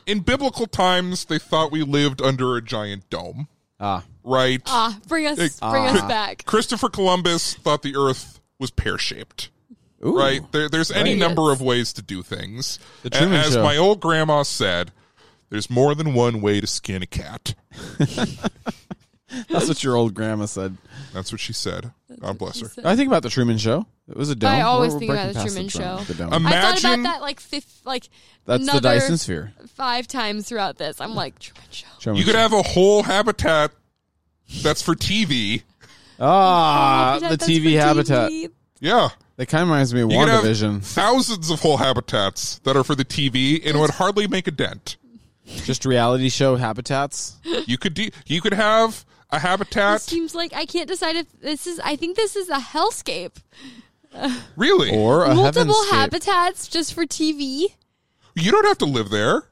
A: in biblical times they thought we lived under a giant dome
C: Ah,
A: right
B: Ah, bring us, bring us back.
A: christopher columbus thought the earth was pear-shaped
C: Ooh.
A: right there, there's any
B: Right.
A: number of ways to do things
C: The
A: A-
C: Truman
A: as
C: Show.
A: my old grandma said there's more than one way to skin a cat
C: That's what your old grandma said.
A: that's what she said god bless her
C: I think about the Truman Show. It was a dome.
B: I always
C: We're- we're
B: think about
C: breaking
B: the
C: past
B: Truman
C: dome-
B: Show.
C: the dome.
A: Um,
B: I thought
A: Imagine-
B: about that like fifth, like
C: That's the
B: another
C: Dyson sphere.
B: five times throughout this. I'm like, Truman Show.
C: Truman
A: you could
C: Show.
A: have a whole habitat that's for tv
C: ah the
B: oh, That's
C: TV
B: for
C: habitat.
B: TV.
A: yeah
C: That kind of reminds me of
A: you could have
C: WandaVision.
A: thousands of whole habitats that are for the tv and it would hardly make a dent
C: Just reality show habitats.
A: you could de- you could have a
B: This
A: habitat
B: seems like I can't decide if this is. I think this is a hellscape.
A: really
C: Or a
B: Multiple
C: heavenscape.
B: habitats just for TV.
A: You don't have to live there.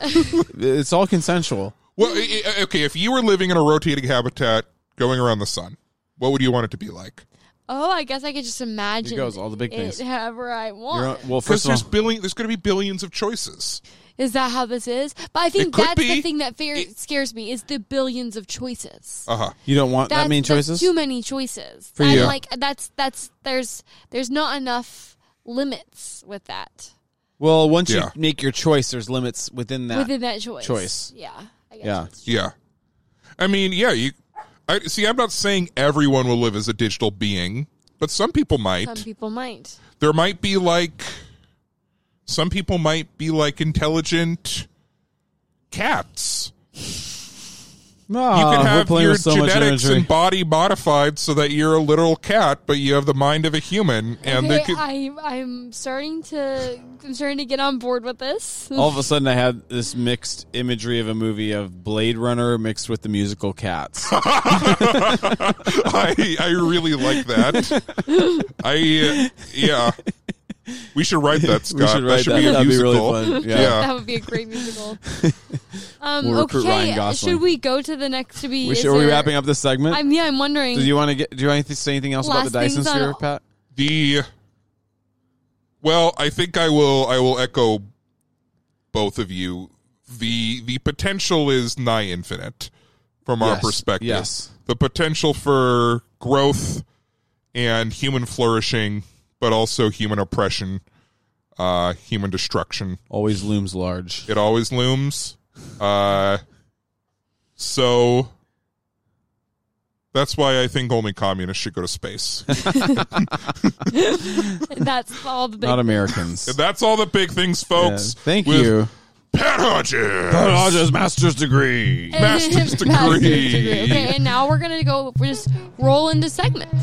C: It's all consensual.
A: Well, i- i- okay, if you were living in a rotating habitat going around the sun, what would you want it to be like?
B: Oh, I guess I could just imagine.
C: Here goes all the big
B: it
C: things.
B: However I
C: You're
B: want.
C: on- well,
A: Because
C: first of
A: there's
C: all,
A: billion, there's going to be billions of choices.
B: Is that how this is? But I think
A: could
B: that's
A: be.
B: the thing that fear, scares me is the billions of choices.
A: Uh huh.
C: you don't want
B: That's,
C: that many
B: that's
C: choices.
B: too many choices.
C: For
B: and
C: you.
B: like that's that's there's there's not enough limits with that
C: Well, once
A: Yeah.
C: you make your choice, there's limits within that.
B: within that choice.
C: Choice.
B: Yeah. I guess.
C: yeah,
A: Yeah. I mean, yeah. You, I see. I'm not saying everyone will live as a digital being, but some people might.
B: Some people might.
A: there might be like, some people might be like intelligent cats. You
C: Ah,
A: can
C: we're
A: have
C: playing
A: your
C: with so much
A: genetics
C: imagery.
A: and body modified so that you're a literal cat, but you have the mind of a human, and they
B: Okay,
A: could,
B: I I'm starting to I'm starting to get on board with this.
C: All of a sudden, I had this mixed imagery of a movie of Blade Runner mixed with the musical Cats.
A: I I really like that. I uh, yeah. We should write that, Scott.
C: we should write
A: should
C: that.
A: be a
C: That'd
A: musical.
C: be really fun. Yeah.
A: Yeah.
B: That would be a great musical. Um,
C: We'll recruit Ryan
B: okay,
C: Gosling.
B: should we go to the next to be?
C: We
B: is
C: should, are we
B: there-
C: wrapping up this segment?
B: I'm yeah, I'm wondering.
C: do you want to get? Do you want to say anything else about the
B: Last
C: Dyson
B: things on-
C: sphere, Pat?
A: The well, I think I will. I will echo both of you. the The potential is nigh infinite from our
C: Yes.
A: perspective.
C: Yes.
A: the potential for growth and human flourishing, but also human oppression, uh, human destruction.
C: Always looms large.
A: It always looms. Uh, so that's why I think only communists should go to space.
B: That's all the big.
C: Not Americans.
A: And that's all the big things,
C: Yeah.
A: folks.
C: Thank
A: With
C: you.
A: Pat Hodges.
C: master's degree.
A: master's degree.
B: Master's degree. Okay, and now we're gonna go. We're just roll into segments.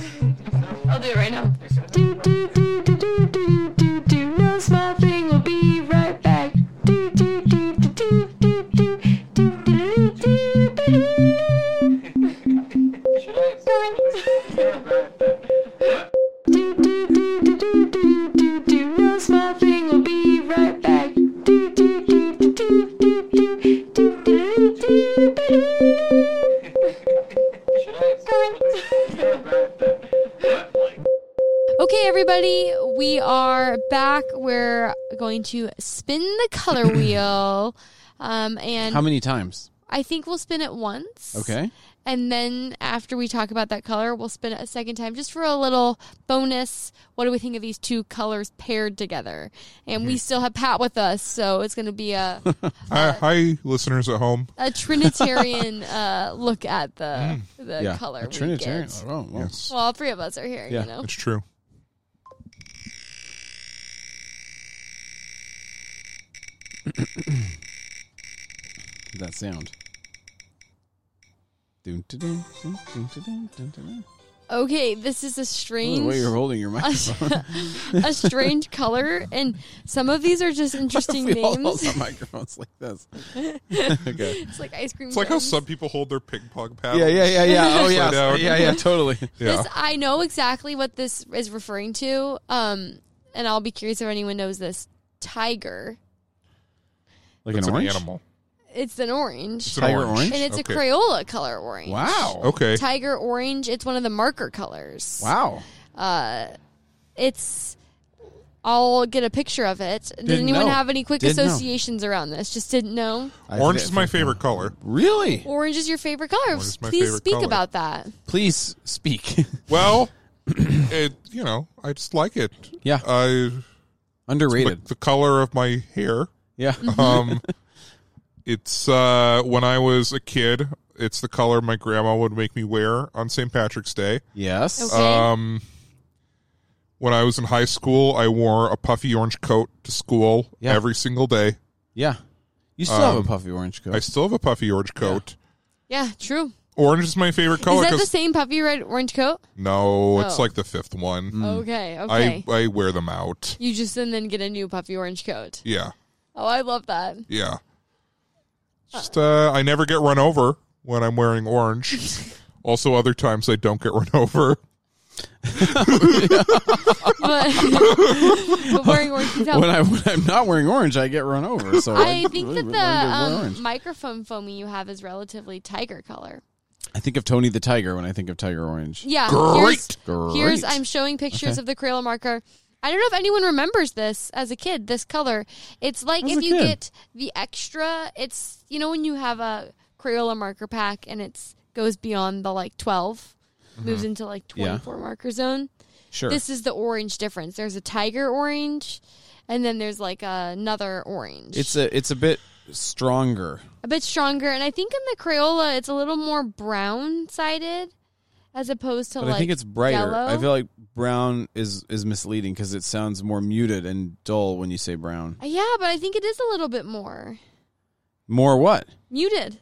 D: I'll do it right now. Do do do do do do do do. No small thing. We'll be right back. Do do do do do do do do do do do do do do do do do do. No small thing. We'll be right back. Do do do do do do do do do do
B: Hey, everybody. We are back. We're going to spin the color wheel. Um, and
C: How many times?
B: I think we'll spin it once.
C: Okay.
B: And then after we talk about that color, we'll spin it a second time just for a little bonus. What do we think of these two colors paired together? And we still have Pat with us, so it's going to be a,
A: Hi, hi, listeners at home.
B: a Trinitarian uh, look at the, the
C: Mm. yeah.
B: color.
C: A
B: we
C: Trinitarian.
B: get.
C: Oh, well.
A: Yes,
B: Well, all three of us are here,
C: Yeah.
B: you know.
A: it's true.
C: that sound. Dun, dun, dun, dun, dun, dun, dun, dun.
B: Okay, this is a
C: Oh,
B: strange.
C: the way you're holding your
B: a,
C: microphone.
B: a strange color, and some of these are just interesting
C: we all hold
B: names.
C: the microphones like this. okay.
B: It's like ice cream.
A: It's like how
B: cones.
A: some people hold their ping pong paddle.
C: Yeah, yeah, yeah, yeah. Oh,
A: Slow
C: yeah.
A: down.
C: Yeah, yeah, totally.
A: Yeah.
B: This, I know exactly what this is referring to, um, and I'll be curious if anyone knows this. Tiger.
C: Like
A: It's
C: an
A: an
C: orange?
A: animal.
B: It's an orange,
A: It's an
C: Tiger
A: orange.
C: orange?
B: and it's
A: okay.
B: a Crayola color orange.
C: Wow.
A: Okay.
B: Tiger orange. It's one of the marker colors.
C: Wow.
B: It's. I'll get a picture of it. Did
C: Didn't
B: anyone
C: know.
B: have any quick
C: Didn't know.
B: associations around this? Just didn't know.
C: I
A: Orange
C: think
A: is
C: I-
A: my favorite color.
C: Really?
B: Orange is your favorite color.
A: Orange is my
B: Please
A: favorite
B: speak
A: color.
B: about that.
C: Please speak.
A: Well, it you know I just like it.
C: yeah.
A: I
C: Underrated.
A: like the color of my hair.
C: yeah.
B: Mm-hmm.
A: Um, it's uh when I was a kid. It's the color my grandma would make me wear on St. Patrick's Day.
C: yes.
B: Okay.
A: Um, when I was in high school, I wore a puffy orange coat to school
C: Yeah.
A: every single day.
C: yeah. You still have a
A: um,
C: puffy orange coat.
A: I still have a puffy orange coat.
B: yeah, true.
A: Orange is my favorite color.
B: is that the
A: 'cause-
B: same puffy red orange coat?
A: no, it's
B: Oh.
A: like the fifth one.
B: Okay, okay.
A: Hmm. I I wear them out.
B: you just and then get a new puffy orange coat.
A: Yeah,
B: Oh, I love that.
A: yeah. Just uh, I never get run over when I'm wearing orange. also, other times I don't get run over.
B: But, but wearing orange can help.
C: when, I, when I'm not wearing orange, I get run over. So
B: I
C: I,
B: think that
C: really wanted
B: the
C: to wear orange.
B: um, microphone foamy you have is relatively tiger color.
C: I think of Tony the Tiger when I think of Tiger Orange.
B: Yeah,
A: Great.
B: Here's, here's
C: Great.
B: I'm showing pictures
C: Okay.
B: of the Crayola marker. I don't know if anyone remembers this as a kid. This color, it's like
C: As
B: if
C: a
B: you
C: kid.
B: get the extra. It's you know when you have a Crayola marker pack and it's goes beyond the like 12 moves into like
C: Mm-hmm. Yeah.
B: twenty four marker zone.
C: Sure.
B: This is the orange difference. There's a tiger orange, and then there's like another orange.
C: it's a it's a bit stronger.
B: a bit stronger. And I think in the Crayola, it's a little more brown sided as opposed to
C: But
B: like
C: I think it's brighter.
B: Yellow.
C: I feel like brown is is misleading because it sounds more muted and dull when you say brown.
B: Uh, yeah, but I think it is a little bit more
C: More what?
B: muted.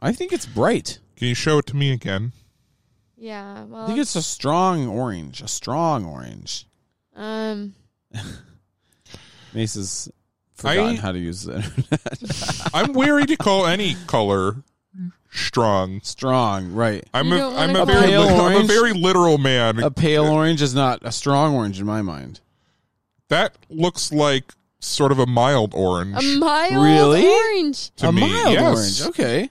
C: I think it's bright.
A: Can you show it to me again?
B: Yeah,
C: I
B: well,
C: think it's a strong orange. A strong orange.
B: um,
C: Mace's
A: I-
C: forgotten how to use the internet.
A: I'm wary to call any color strong.
C: strong, right?
A: I'm
B: You
A: a,
B: don't wanna
A: I'm a
B: call
A: very
C: it-
A: li- I'm a
C: Orange?
A: very literal man.
C: A pale orange is not a strong orange in my mind.
A: that looks like sort of a mild orange.
B: a mild
C: Really?
B: orange.
A: to
C: a
A: me,
C: mild
A: yes.
C: orange. Okay.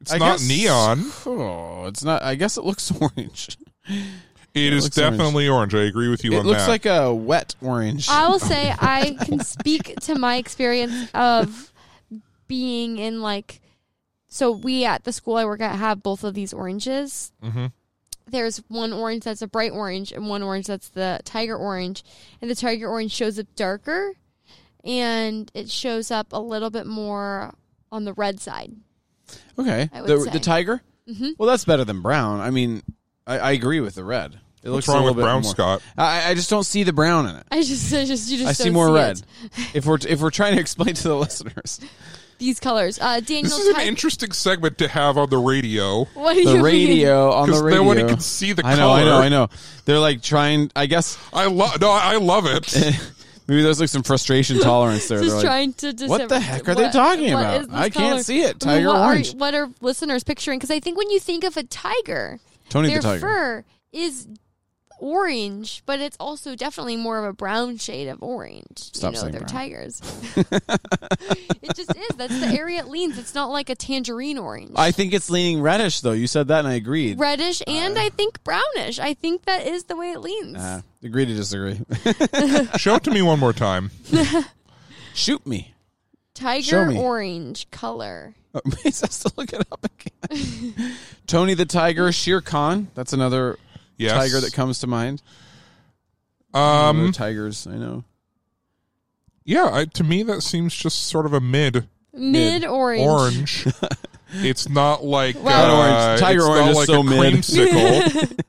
A: it's not
C: guess-
A: neon.
C: Oh, it's not. I guess it looks orange.
A: It is
C: looks orange.
A: definitely orange. I agree with you
C: it
A: on
C: looks
A: that.
C: like a wet orange.
B: I will say I can speak to my experience of being in like. So we at the school I work at have both of these oranges. Mm-hmm. There's one orange that's a bright orange and one orange that's the tiger orange, and the tiger orange shows up darker, and it shows up a little bit more on the red side.
C: okay.
B: I would
C: the,
B: say.
C: the tiger. Mm-hmm. Well, that's better than brown. I mean, I, I agree with the red. It
A: What's
C: looks a
A: wrong
C: little
A: with
C: bit
A: brown,
C: more-
A: Scott?
C: I, I just don't see the brown in it.
B: I just, I just, you just
C: I see
B: don't
C: more
B: see
C: red.
B: it.
C: if we're if we're trying to explain to the listeners,
B: These colors, uh, Daniel.
A: This is an
B: Ti-
A: interesting segment to have on the radio.
B: what do you
C: the
B: mean?
C: radio on the
A: Because
C: radio,
A: nobody can see the
C: I know, I know,
A: color.
C: I know. They're like trying. I guess
A: I love. No, I love it.
C: maybe there's like some frustration tolerance there.
B: Just
C: They're like,
B: trying to dis-
C: "What the heck are they talking about?
B: is this
C: I can't
B: color?"
C: see it.
B: I mean,
C: Tiger
B: what
C: orange.
B: Are, what are listeners picturing? Because I think when you think of a tiger,
C: Tony
B: their
C: the tiger.
B: fur is orange, but it's also definitely more of a brown shade of orange.
C: Stop
B: you know,
C: saying
B: they're
C: brown.
B: tigers. it just is. That's the area it leans. It's not like a tangerine orange.
C: I Uh, think it's leaning reddish, though. You said that, and I agreed.
B: Reddish and I think brownish. I think that is the way it leans.
C: Uh, agree to disagree.
A: Show it to me one more time.
C: Shoot me. show
B: Tiger
C: me.
B: orange color.
C: Oh, Mace has to look it up again. Tony the Tiger, Shere Khan. That's another
A: Yes.
C: tiger that comes to mind. One of
A: Um.
C: the tigers, I know.
A: Yeah. I, to me, that seems just sort of a mid
B: Mid orange.
A: orange. it's not like
B: Wow.
A: uh,
C: Orange. Tiger
A: it's not
C: orange is
A: like
C: so
A: a
C: mid.
A: creamsicle.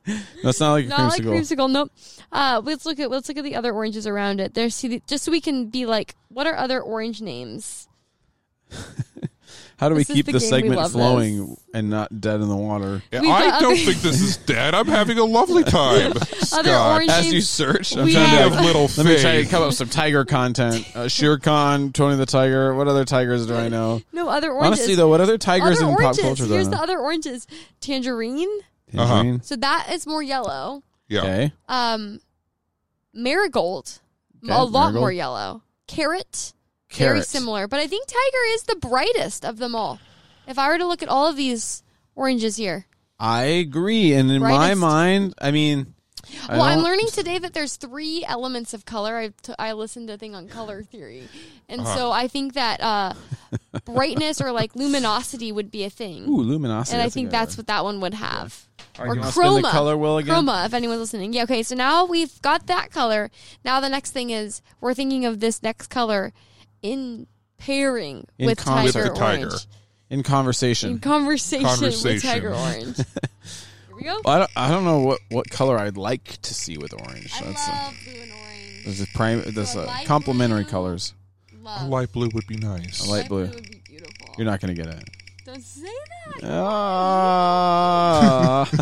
C: That's not like a
B: Not like
C: creamsicle.
B: creamsicle. Nope. Uh, let's look at let's look at the other oranges around it. There's see the, just so we can be like, what are other orange names?
C: How do we
B: This is
C: keep
B: the
C: the
B: game we
C: segment
B: love
C: flowing
B: this.
C: and not dead in the water?
A: Yeah,
B: We've
A: I
B: got
A: don't
B: other-
A: think this is dead. I'm having a lovely time. Scott.
B: orange-
C: As you search, I'm
B: We
C: trying
A: Kind
B: have-
C: to
A: of little
C: Let me try to
A: thing.
C: come up with some tiger content. Uh, Shere Khan, Tony the Tiger. What other tigers do I know?
B: No other oranges.
C: Honestly, though, what other tigers
B: other
C: in
B: oranges.
C: pop culture do I
B: Here's
C: know?
B: the other oranges. Tangerine.
C: Tangerine?
B: So that is more yellow.
A: Yeah.
C: Okay.
B: Um, marigold.
C: Okay,
B: a lot
C: marigold.
B: more yellow. Carrot. Very
C: Carrot.
B: similar, but I think tiger is the brightest of them all. If I were to look at all of these oranges here,
C: I agree. And in my
B: Brightest.
C: mind, I mean, I
B: well, I'm
C: don't-
B: learning today that there's three elements of color. I, t- I listened to a thing on color theory, and
C: Uh-huh.
B: so I think that uh, brightness or like luminosity would be a thing,
C: Ooh, luminosity.
B: and I
C: a
B: think
C: good
B: that's
C: word.
B: what that one would have. Or
C: you wanna spin the color wheel again?
B: Chroma, if anyone's listening. Yeah, okay, so now we've got that color. Now the next thing is we're thinking of this next color in pairing
C: In
B: with
C: concert.
B: tiger
A: With the tiger.
B: orange.
C: in
B: In
C: conversation.
B: conversation, with
A: Conversation.
B: tiger orange. Here we go.
C: I don't, I don't know what, what color I'd like to see with orange.
B: I
C: That's
B: love blue and orange.
C: there's a prime, there's
B: So
C: a
B: light
C: complementary
B: blue.
C: colors.
A: A
B: Love.
A: light blue would be nice.
C: A light blue.
B: would be beautiful.
C: You're not gonna get it.
B: Don't say that.
C: Ah.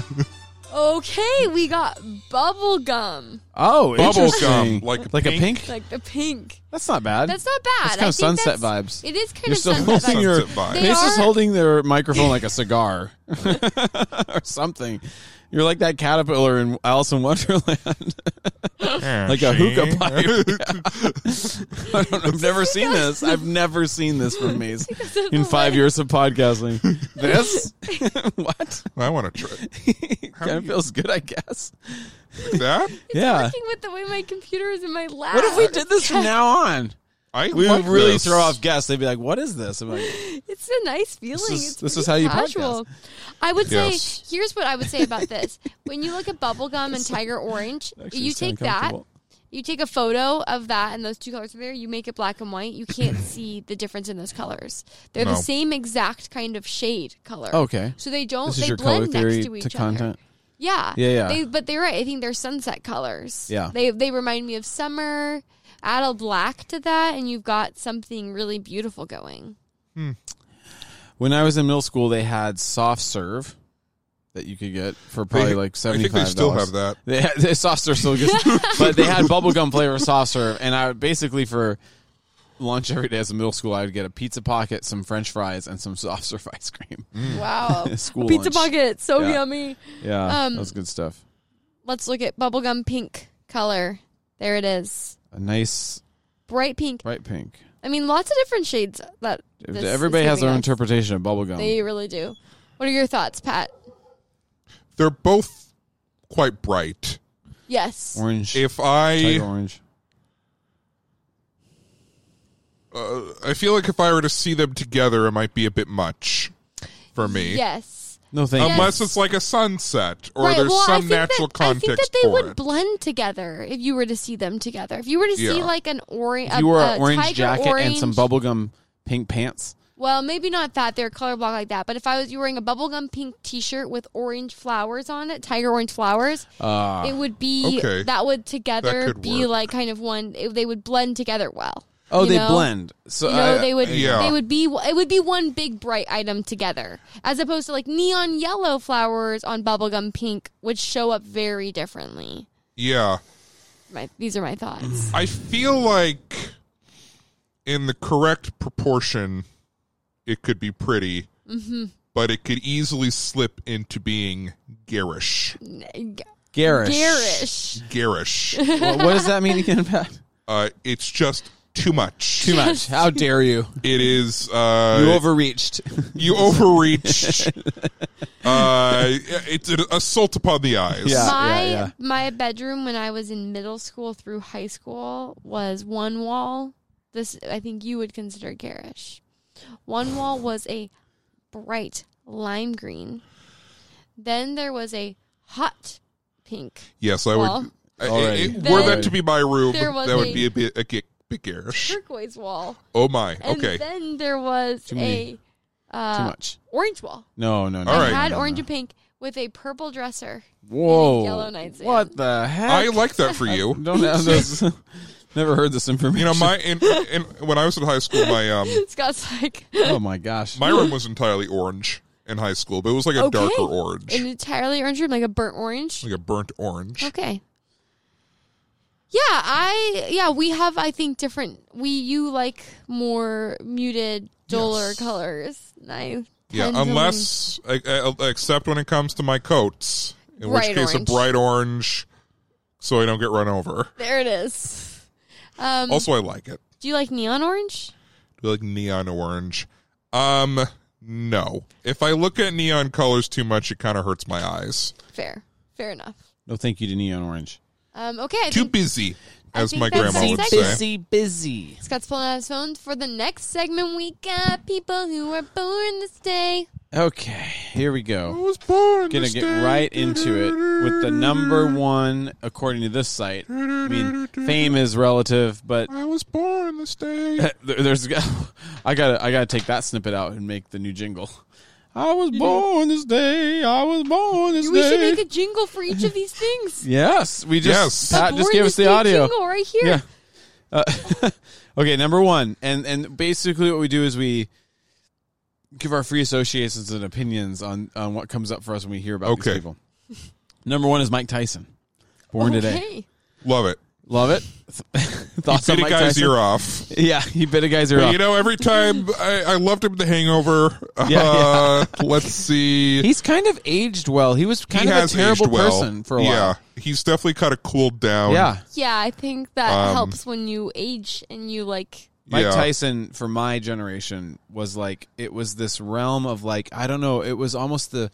B: Okay, we got bubble gum,
C: oh,
A: Bubble
C: interesting.
A: gum, like
C: like a
A: pink.
C: pink.
B: like the pink.
C: That's not bad.
B: That's not bad.
C: That's kind
B: I
C: of
B: think
C: sunset
B: that's-
C: vibes.
B: It is kind
C: You're
B: of
C: still
B: sunset
C: holding
B: vibes.
C: your
A: Sunset vibes.
B: They
C: Mace is
B: are-
C: holding their microphone like a cigar or something. You're like that caterpillar in Alice in Wonderland. like a hookah pipe. I don't know, I've never seen this. I've never seen this from Maze in five years of podcasting. This? what?
A: I want to try
C: kind of feels good, I guess.
A: that.
C: yeah.
B: Working with the way my computer is in my lap.
C: What if we did this from now on?
A: I
C: We
A: like
C: would really
A: this.
C: throw off guests. They'd be like, "What is this?" I'm like,
B: It's a nice feeling.
C: is-
B: it's
C: this is
B: pretty
C: how you podcast.
B: casual. I would
A: Yes.
B: say here's what I would say about this. when you look at bubblegum and tiger orange,
C: Actually,
B: you
C: it's kinda
B: take that,
C: comfortable.
B: you take a photo of that and those two colors are there, you make it black and white, you can't see the difference in those colors. They're the
A: No.
B: same exact kind of shade color.
C: Oh, "Okay,
B: So they don't
C: this is
B: they
C: your color
B: blend
C: theory
B: next to each
C: to content."
B: other. Yeah.
C: Yeah, yeah.
B: They, but they're right. I think they're sunset colors.
C: Yeah.
B: They they remind me of summer. Add a black to that and you've got something really beautiful going.
C: When I was in middle school, they had soft serve that you could get for probably
A: They- I
C: like seventy
A: think
C: five.
A: they still have that.
C: They had, the soft serve still gets, but they had bubblegum flavor soft serve, and I would basically for lunch every day as a middle school, I would get a pizza pocket, some French fries, and some soft serve ice cream.
A: Mm-hmm.
B: Wow.
C: School
B: Pizza
C: lunch.
B: bucket, so
C: Yeah.
B: yummy.
C: Yeah,
B: Um,
C: that was good stuff.
B: Let's look at bubblegum pink color. There it is.
C: A nice
B: Bright pink.
C: bright pink.
B: I mean, lots of different shades that this
C: Everybody
B: is
C: has their
B: giving
C: own
B: us.
C: interpretation of bubblegum.
B: They really do. What are your thoughts, Pat?
A: They're both quite bright.
B: Yes.
C: orange,
A: If I
C: tiger orange.
A: uh, I feel like if I were to see them together, it might be a bit much for me.
B: Yes.
C: No, thank you.
A: Unless it's like a sunset or
B: right.
A: there's
B: well, I
A: some
B: think
A: natural
B: that, I
A: context
B: think that they
A: for
B: would
A: it.
B: blend together if you were to see them together. If you were to see
A: Yeah.
B: like an orange,
C: you wore
B: a,
C: an orange
B: tiger
C: jacket and some
B: orange-
C: bubblegum pink pants.
B: Well, maybe not that. They're color block like that. But if I was you were wearing a bubblegum pink T-shirt with orange flowers on it, tiger orange flowers,
C: Uh,
B: it would be
A: okay.
B: that would together
A: could
B: be
A: work.
B: like kind of one. It, they would blend together well.
C: oh,
B: you
C: they
B: know?
C: blend. So uh,
B: You know,
C: I-
B: they would.
A: yeah.
B: They would be. It would be one big bright item together, as opposed to like neon yellow flowers on bubblegum pink, which show up very differently.
A: yeah.
B: My, these are my thoughts.
A: I feel like in the correct proportion, it could be pretty,
B: Mm-hmm.
A: but it could easily slip into being garish.
C: Garish.
B: Garish.
A: Garish.
C: Wha- what does that mean again, Pat?
A: Uh, it's just too much.
C: Too much. How dare you?
A: It is uh,
C: You overreached.
A: you overreached. uh, it's an assault upon the eyes.
C: Uh, Yeah.
B: my
C: yeah.
B: my bedroom when I was in middle school through high school was one wall. This I think you would consider garish. One wall was a bright lime green. Then there was a hot pink.
A: Yes, I
B: Well.
A: would. I- I-
C: Alrighty.
A: it- were that
B: Then
A: to be my room,
B: there was
A: that would
B: a-
A: be a bit, a bit, bit garish.
B: turquoise wall.
A: Oh my.
B: And
A: okay.
B: then there was
C: Too
B: a
C: many. Too
B: uh,
C: much.
B: orange wall.
C: No, no, no.
A: All
B: I
A: right.
B: had
C: no, no,
B: orange
C: no.
B: and pink with a purple dresser.
C: Whoa.
B: yellow nightstand.
C: What the heck?
A: I like that for you.
C: Don't have those. Never heard this information.
A: You know, my in, in, when I was in high school, my um
B: Scott's like
C: Oh my gosh.
A: my room was entirely orange in high school, but it was like a
B: Okay.
A: darker orange,
B: an entirely orange room, like a burnt orange.
A: like a burnt orange.
B: Okay. Yeah, I yeah, we have I think different we you like more muted, duller
A: Yes.
B: colors. And I
A: Yeah,
B: tend to
A: unless I, I- except when it comes to my coats, in
B: Bright
A: which case
B: orange.
A: a bright orange, so I don't get run over.
B: lean- there it is. Um,
A: Also, I like it.
B: do you like neon orange?
A: I like neon orange. Um, no. If I look at neon colors too much, it kind of hurts my eyes.
B: Fair, fair enough.
C: No, thank you to Neon Orange.
B: Um, okay, I
A: Too
B: think
A: busy, as
B: think
A: my
B: that's
A: grandma
B: the
A: would
B: second-
A: say.
C: busy.
B: Scott's pulling out his phone for the next segment. We got people who were born this day.
C: Okay, here we go.
A: was born
C: Gonna
A: this
C: get
A: day.
C: right into it with the number one, according to this site. I mean, fame is relative, but
A: I was born this day.
C: there- there's. I gotta, I gotta take that snippet out and make the new jingle. I was born this day. I was born this
B: We
C: day.
B: should make a jingle for each of these things.
C: yes, we
A: Yes.
C: just Pat
B: A
C: just
B: born
C: gave
B: this
C: us the
B: day
C: audio.
B: jingle right here.
C: Yeah. Uh, okay, number one, and and basically what we do is we give our free associations and opinions on on what comes up for us when we hear about
A: Okay.
C: these people. Number one is Mike Tyson,
B: Oh,
C: born today.
B: Okay.
A: Love it.
C: Love it. Thoughts
A: Bit
C: on
A: a
C: Mike
A: guy's
C: Tyson?
A: ear off.
C: Yeah, he bit a guy's ear
A: But,
C: off.
A: you know, every time I, I loved him in The Hangover.
C: Yeah,
A: uh, let's see.
C: He's kind of aged well. He was kind of a terrible
A: aged well.
C: person for a
A: Yeah, Oh,
C: while.
A: he's definitely kind of cooled down.
C: Yeah.
B: Yeah, I think that
A: Um,
B: helps when you age and you like.
C: Mike
A: Yeah.
C: Tyson for my generation was like it was this realm of like I don't know it was almost the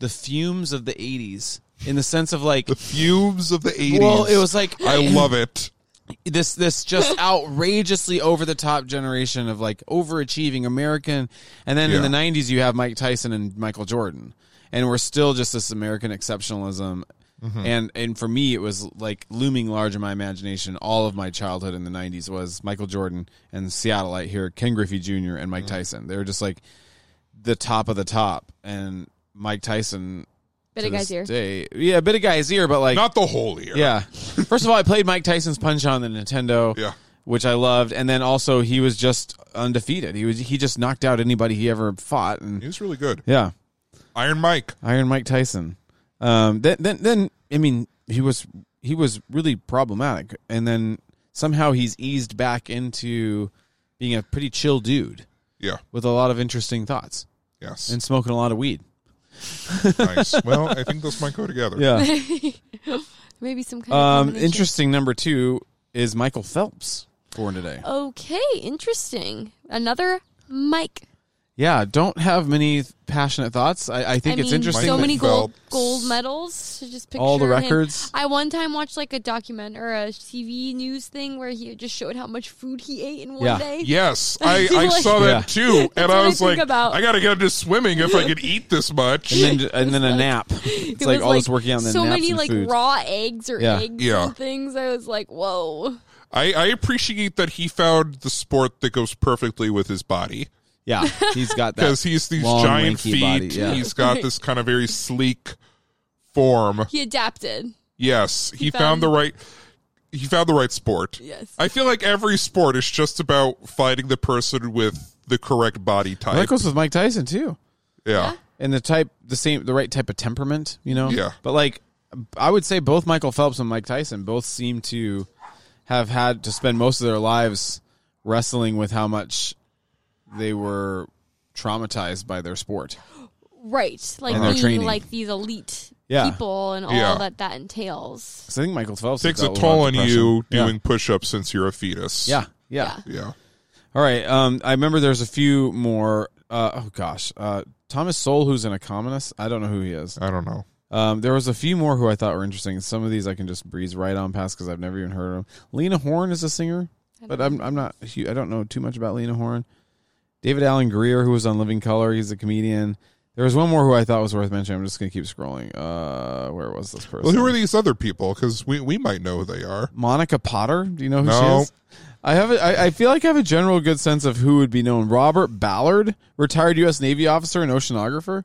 C: the fumes of the 80s in the sense of like
A: The fumes of the 80s.
C: well it was like
A: I love it.
C: this this just outrageously over the top generation of like overachieving American and then in
A: Yeah.
C: the 90s you have Mike Tyson and Michael Jordan and we're still just this American exceptionalism
A: Mm-hmm.
C: and and for me it was like looming large in my imagination all of my childhood in the 90s was Michael Jordan and Seattleite here Ken Griffey Jr and
A: Mm-hmm.
C: Mike Tyson they were just like the top of the top and Mike Tyson
B: Bit
C: to
B: of guys
C: this
B: here.
C: day yeah a bit of guy's ear but like
A: Not the whole year.
C: yeah. First of all, I played Mike Tyson's Punch on the Nintendo,
A: Yeah.
C: which I loved, and then also he was just undefeated. He was he just knocked out anybody he ever fought,
A: He
C: and
A: was really good.
C: yeah,
A: Iron Mike.
C: Iron Mike Tyson. Um, then then then I mean he was he was really problematic, and then somehow he's eased back into being a pretty chill dude
A: Yeah.
C: with a lot of interesting thoughts
A: Yes.
C: and smoking a lot of weed.
A: nice. Well, I think those might go together.
C: Yeah.
B: Maybe some kind of
C: Um,
B: combination.
C: interesting number two is Michael Phelps born today.
B: Okay, interesting. Another Mike.
C: Yeah, don't have many th- passionate thoughts. I, I
B: I
C: think it's
B: mean,
C: interesting.
B: So
A: that-
B: many gold
A: Phelps.
B: gold medals. To just picture
C: All the
B: him.
C: records.
B: I one time watched like a document or a TV news thing where he just showed how much food he ate in one
C: Yeah.
B: day.
A: Yes, I, I
B: Like-
A: saw that
C: Yeah.
A: too, and
B: That's
A: I
B: what I
A: was
B: think
A: like,
B: about.
A: I gotta get into swimming if I could eat this much.
C: and then, and then a nap. It's
B: It
C: like
B: was,
C: all this working out and then
B: so
C: naps
B: many
C: and
B: like
C: food.
B: raw eggs or
C: Yeah.
B: eggs
A: Yeah.
B: and things. I was like, whoa.
A: I, I appreciate that he found the sport that goes perfectly with his body
C: Yeah, he's got that
A: because he's these
C: long,
A: giant
C: lanky
A: feet.
C: Body. Yeah.
A: He's got this kind of very sleek form.
B: He adapted.
A: Yes, he, found,
B: found-
A: the right. He found the right sport.
B: Yes.
A: I feel like every sport is just about finding the person with the correct body type.
C: that goes with Mike Tyson too,
A: yeah.
C: and the type, the same, the right type of temperament. You know.
A: Yeah.
C: But like, I would say both Michael Phelps and Mike Tyson both seem to have had to spend most of their lives wrestling with how much they were traumatized by their sport.
B: Right. Like
C: And their
B: being
C: training.
B: like these elite
C: Yeah.
B: people and all
A: Yeah.
B: that that entails.
C: 'Cause I think Michael Phelps
A: takes
C: has
A: a
C: dealt with
A: toll on
C: depression.
A: you
C: Yeah.
A: doing push-ups since you're a fetus.
C: Yeah. Yeah.
B: Yeah.
A: yeah.
C: All right. Um, I remember there's a few more. Uh, oh gosh. Uh, Thomas Sowell, who's an economist. I don't know who he is.
A: I don't know.
C: Um, there was a few more who I thought were interesting. Some of these I can just breeze right on past because I've never even heard of them. Lena Horne is a singer, but I'm I'm not. hu- I don't know too much about Lena Horne. David Allen Greer, who was on Living Color, he's a comedian. There was one more who I thought was worth mentioning. I'm just gonna keep scrolling. Uh, where was this person?
A: Well, who are these other people? Because we, we might know who they are.
C: Monica Potter. Do you know who
A: No.
C: she is? I have. A, I, I feel like I have a general good sense of who would be known. Robert Ballard, retired U.S. Navy officer and oceanographer.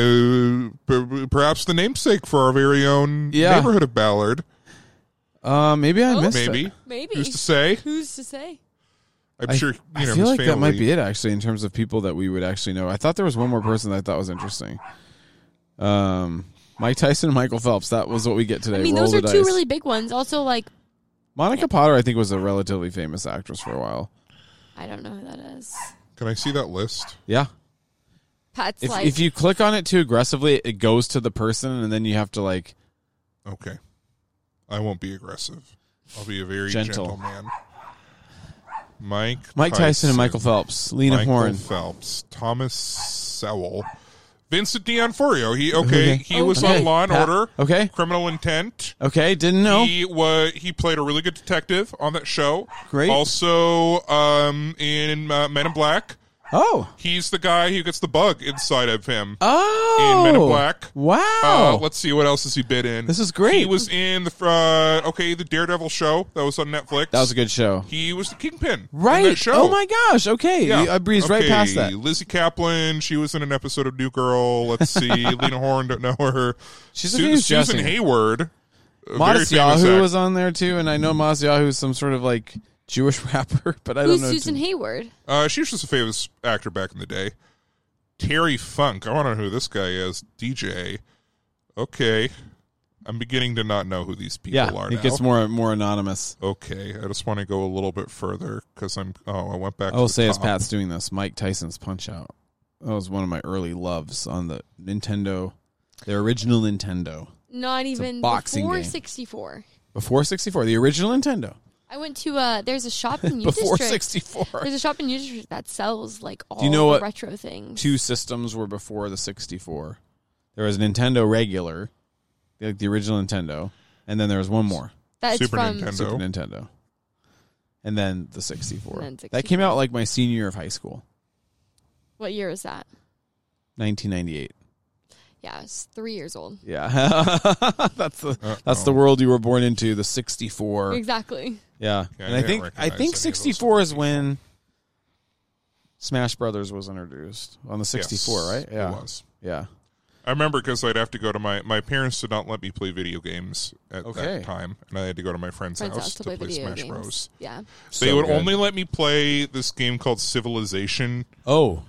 A: Uh, per- perhaps the namesake for our very own
C: Yeah.
A: neighborhood of Ballard.
C: Uh, maybe I
B: Oh.
C: missed. it.
A: Maybe.
B: Maybe.
A: Who's to say?
B: Who's to say?
A: I'm
C: I,
A: sure. You
C: I
A: know,
C: feel
A: his
C: like that might
A: family.
C: be it actually in terms of people that we would actually know. I thought there was one more person that I thought was interesting. Um, Mike Tyson and Michael Phelps. That was what we get today.
B: I mean,
C: Roll
B: those
C: the
B: are two
C: dice.
B: really big ones. Also, like
C: Monica Potter, I think, was a relatively famous actress for a while.
B: I don't know who that is.
A: Can I see that list?
C: Yeah.
B: Pat's
C: If,
B: like
C: if you click on it too aggressively, it goes to the person, and then you have to like
A: Okay. I won't be aggressive. I'll be a very
C: Gentle.
A: gentle, man. Mike.
C: Mike Tyson, and Michael Phelps, Lena
A: Michael
C: Horne.
A: Phelps, Thomas Sowell, Vincent D'Onofrio. He okay.
C: Okay.
A: He was
B: Okay.
A: on Law and
C: Pat-
A: Order.
C: Okay.
A: Criminal Intent.
C: Okay. Didn't know.
A: He was he played a really good detective on that show.
C: Great.
A: Also, um, in uh, Men in Black,
C: oh.
A: he's the guy who gets the bug inside of him.
C: Oh.
A: In Men in Black. Uh,
C: Wow.
A: let's see what else has he been in.
C: This is great.
A: He was in the uh, okay the Daredevil show that was on Netflix.
C: that was a good show.
A: He was the kingpin. in
C: Right.
A: that show.
C: Oh my gosh. Okay. I breezed right
A: Okay,
C: past that.
A: Lizzie Kaplan, she was in an episode of New Girl. Let's see, Lena Horne, don't know her.
C: She's a
A: Su-
C: famous
A: Susan
C: Jessica.
A: Hayward. a very famous
C: Modest Yahoo
A: act-
C: was on there too, and I know Modest Yahoo is some sort of like Jewish rapper, but I don't
B: who's
C: know.
B: Susan
C: too-
B: Hayward?
A: Uh, she was just a famous actor back in the day. Terry Funk. I want to know who this guy is. DJ. Okay, I'm beginning to not know who these people
C: yeah,
A: are.
C: it
A: now.
C: gets more more anonymous.
A: Okay, I just want to go a little bit further because I'm. Oh, I went back.
C: I will
A: to the
C: say, as
A: top.
C: Pat's doing this, Mike Tyson's Punch Out. That was one of my early loves on the Nintendo, their original Nintendo
B: Not even
C: boxing
B: before
C: game.
B: 64.
C: before sixty four, the original Nintendo
B: I went to uh there's a shop in U
C: before
B: District.
C: sixty four.
B: There's a shop in U District that sells like all
C: you know
B: the
C: what
B: retro things.
C: Two systems were before the sixty four. There was Nintendo regular, like the original Nintendo, and then there was one more.
B: That's
A: Super
B: from
A: Nintendo.
C: Super Nintendo. And then the 64.
B: And then
C: That came out like my senior year of high school,
B: what year was that?
C: 1998.
B: Yeah, I was three years old.
C: Yeah. that's the that's
A: Oh.
C: the world you were born into, the 64.
B: Exactly.
C: Yeah.
A: Yeah,
C: and
A: I
C: I
A: didn't
C: think I
A: recognize any of
C: think
A: those
C: 64 is when Smash Brothers was introduced on the 64,
A: Yes,
C: right? Yeah.
A: it was.
C: Yeah.
A: I remember because I'd have to go to my my parents did not let me play video games at
C: Okay.
A: that time, and I had to go to my friend's,
B: Friends
A: house,
B: house to play video
A: Smash
B: games.
A: Bros.
B: Yeah.
A: they
C: So
A: would
C: good.
A: only let me play this game called Civilization,
C: Oh,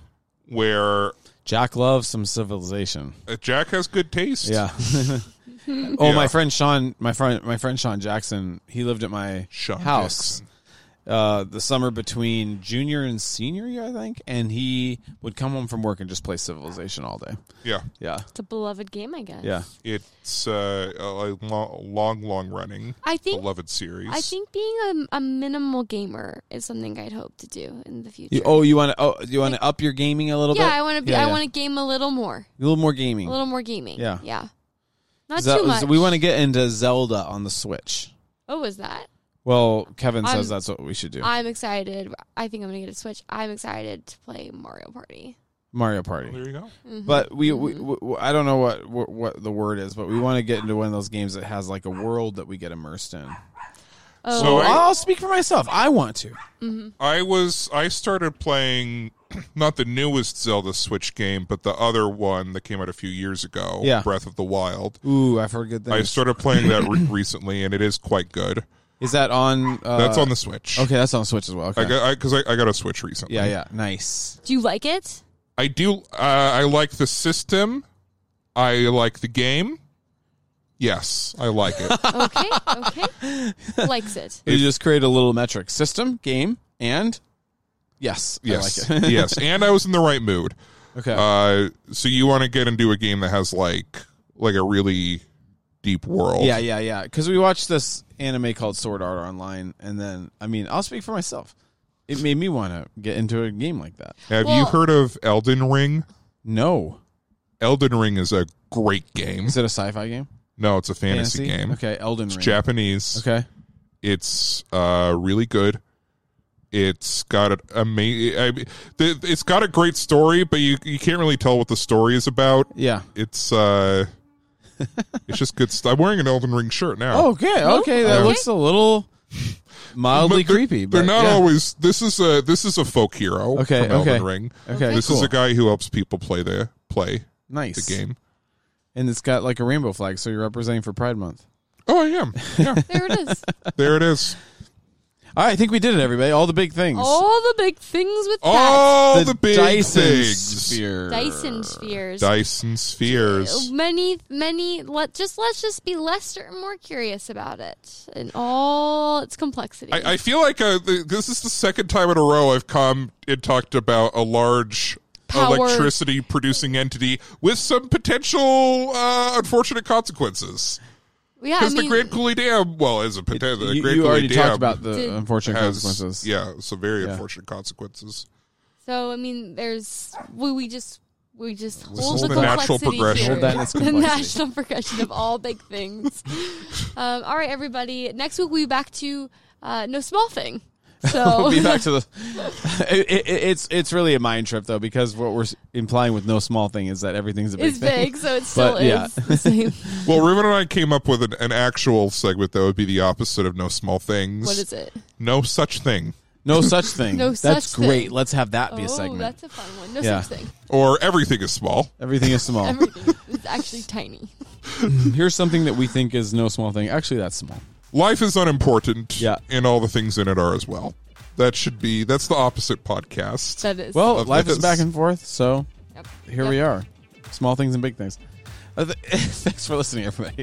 A: where
C: Jack loves some civilization.
A: uh, Jack has good taste.
C: Yeah. oh,
A: Yeah.
C: my friend Sean, my friend, my friend Sean Jackson. He lived at my
A: Sean
C: house
A: Jackson.
C: uh, the summer between junior and senior year, I think. And he would come home from work and just play Civilization all day.
A: yeah,
C: Yeah,
B: It's a beloved game, I guess.
C: yeah.
A: it's uh, a lo- long, long running
B: I think
A: beloved series.
B: I think being a, a minimal gamer is something I'd hope to do in the future.
C: You, oh, you want to? Oh, you want to up your gaming a little
B: yeah,
C: bit?
B: I want to be.
C: Yeah,
B: I
C: yeah.
B: want to game a little more.
C: a little more gaming.
B: A little more gaming.
C: Yeah.
B: Yeah. Not
C: Ze-
B: too much.
C: We want to get into Zelda on the Switch.
B: What was that?
C: Well, Kevin
B: I'm-
C: says that's what we should do.
B: I'm excited. I think I'm gonna get a Switch. I'm excited to play Mario Party.
C: Mario
A: Well,
C: Party.
A: Oh, there you go.
C: But we, we, we, I don't know what, what what the word is, but we want to get into one of those games that has like a world that we get immersed in.
B: Oh,
A: So I-
C: I'll speak for myself. I want to.
A: I was I started playing not the newest Zelda Switch game, but the other one that came out a few years ago,
C: Yeah.
A: Breath of the Wild.
C: Ooh, I've heard good
A: I
C: things.
A: started playing that re- recently, and it is quite good.
C: Is that on? Uh,
A: That's on the Switch.
C: Okay, that's on Switch as well. Okay.
A: I got because I, I, got a Switch recently.
C: yeah, yeah. Nice.
B: do you like it?
A: I do. Uh, I like the system. I like the game. Yes, I like it.
B: Okay. Okay. Likes it.
C: You just create a little metric system, game, and yes, I
A: yes,
C: like it.
A: yes, and I was in the right mood.
C: okay.
A: Uh, so you want to get into a game that has like like a really deep world.
C: Yeah, yeah, yeah. Because we watched this anime called Sword Art Online, and then I mean, I'll speak for myself. It made me want to get into a game like that.
A: Have you
B: Well-
A: heard of Elden Ring?
C: No,
A: Elden Ring is a great game.
C: is it a sci-fi game?
A: No, it's a fantasy, game.
C: Okay, Elden Ring.
A: It's Japanese.
C: okay,
A: It's uh, really good. It's got an amazing. I, mean, the- it's got a great story, but you you can't really tell what the story is about.
C: yeah.
A: It's uh, it's just good stuff. I'm wearing an Elden Ring shirt now.
C: Oh, Okay,
B: Oh,
C: okay. That
A: Okay.
C: looks a little mildly creepy. But
A: They're not
C: yeah.
A: always. This is a this is a folk hero.
C: Okay,
A: from
C: okay.
A: Elden Ring.
C: Okay,
A: This is
C: cool.
A: a guy who helps people play the play the
C: nice
A: game.
C: and it's got like a rainbow flag, so you're representing for Pride Month.
A: Oh, I am. Yeah,
B: There it is.
A: there it is.
C: All right, I think we did it, everybody. All the big things.
B: All the big things with that.
A: All the, big
C: Dyson
A: things.
C: sphere.
B: Dyson spheres.
A: Oh. Dyson spheres.
B: many, many. Let just let's just be less certain, more curious about it in all its complexity.
A: I, I feel like uh th this is the second time in a row I've come and talked about a large
B: Power.
A: electricity producing entity with some potential uh, unfortunate consequences.
B: yeah, I
A: Because
B: mean,
A: the Grand Coulee Dam, well, is a potential. The
C: you,
A: Grand
C: you
A: Coulee
C: already
A: Dam
C: talked about the
B: Did-
C: unfortunate
A: has,
C: consequences.
A: Yeah, some very
C: Yeah.
A: unfortunate consequences.
B: so I mean, there's we, we just we just
A: is
B: hold the,
A: the natural
B: complexity
A: progression.
B: here.
A: Hold
C: that in its
B: the
C: complexity.
B: national progression of all big things. um, all right, everybody. Next week we'll be back to uh, no small thing. So
C: We'll be back to the. It, it, it's it's really a mind trip though because what we're s- implying with no small thing is that everything's a big
B: it's
C: thing.
B: big, so it still
C: But, yeah.
B: is the same.
A: Well, Ruben and I came up with an, an actual segment that would be the opposite of No Small Things.
B: What is it?
A: No Such Thing.
C: No such thing.
B: No
C: That's
B: such thing.
C: great. Let's have that be a
B: oh,
C: segment.
B: that's a fun one. No
C: Yeah.
B: such thing.
A: Or Everything is Small.
C: Everything is small.
B: Everything is actually tiny.
C: Here's something that we think is no small thing. Actually, that's small.
A: Life is unimportant.
C: Yeah.
A: And all the things in it are as well. That should be, that's the opposite podcast.
B: That is.
C: Well,
A: Of
C: life is
A: this.
C: back and forth, so
B: Yep.
C: here
B: Yep.
C: we are. Small things and big things. Uh, th- Thanks for listening, everybody.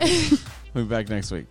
C: we'll be back next week.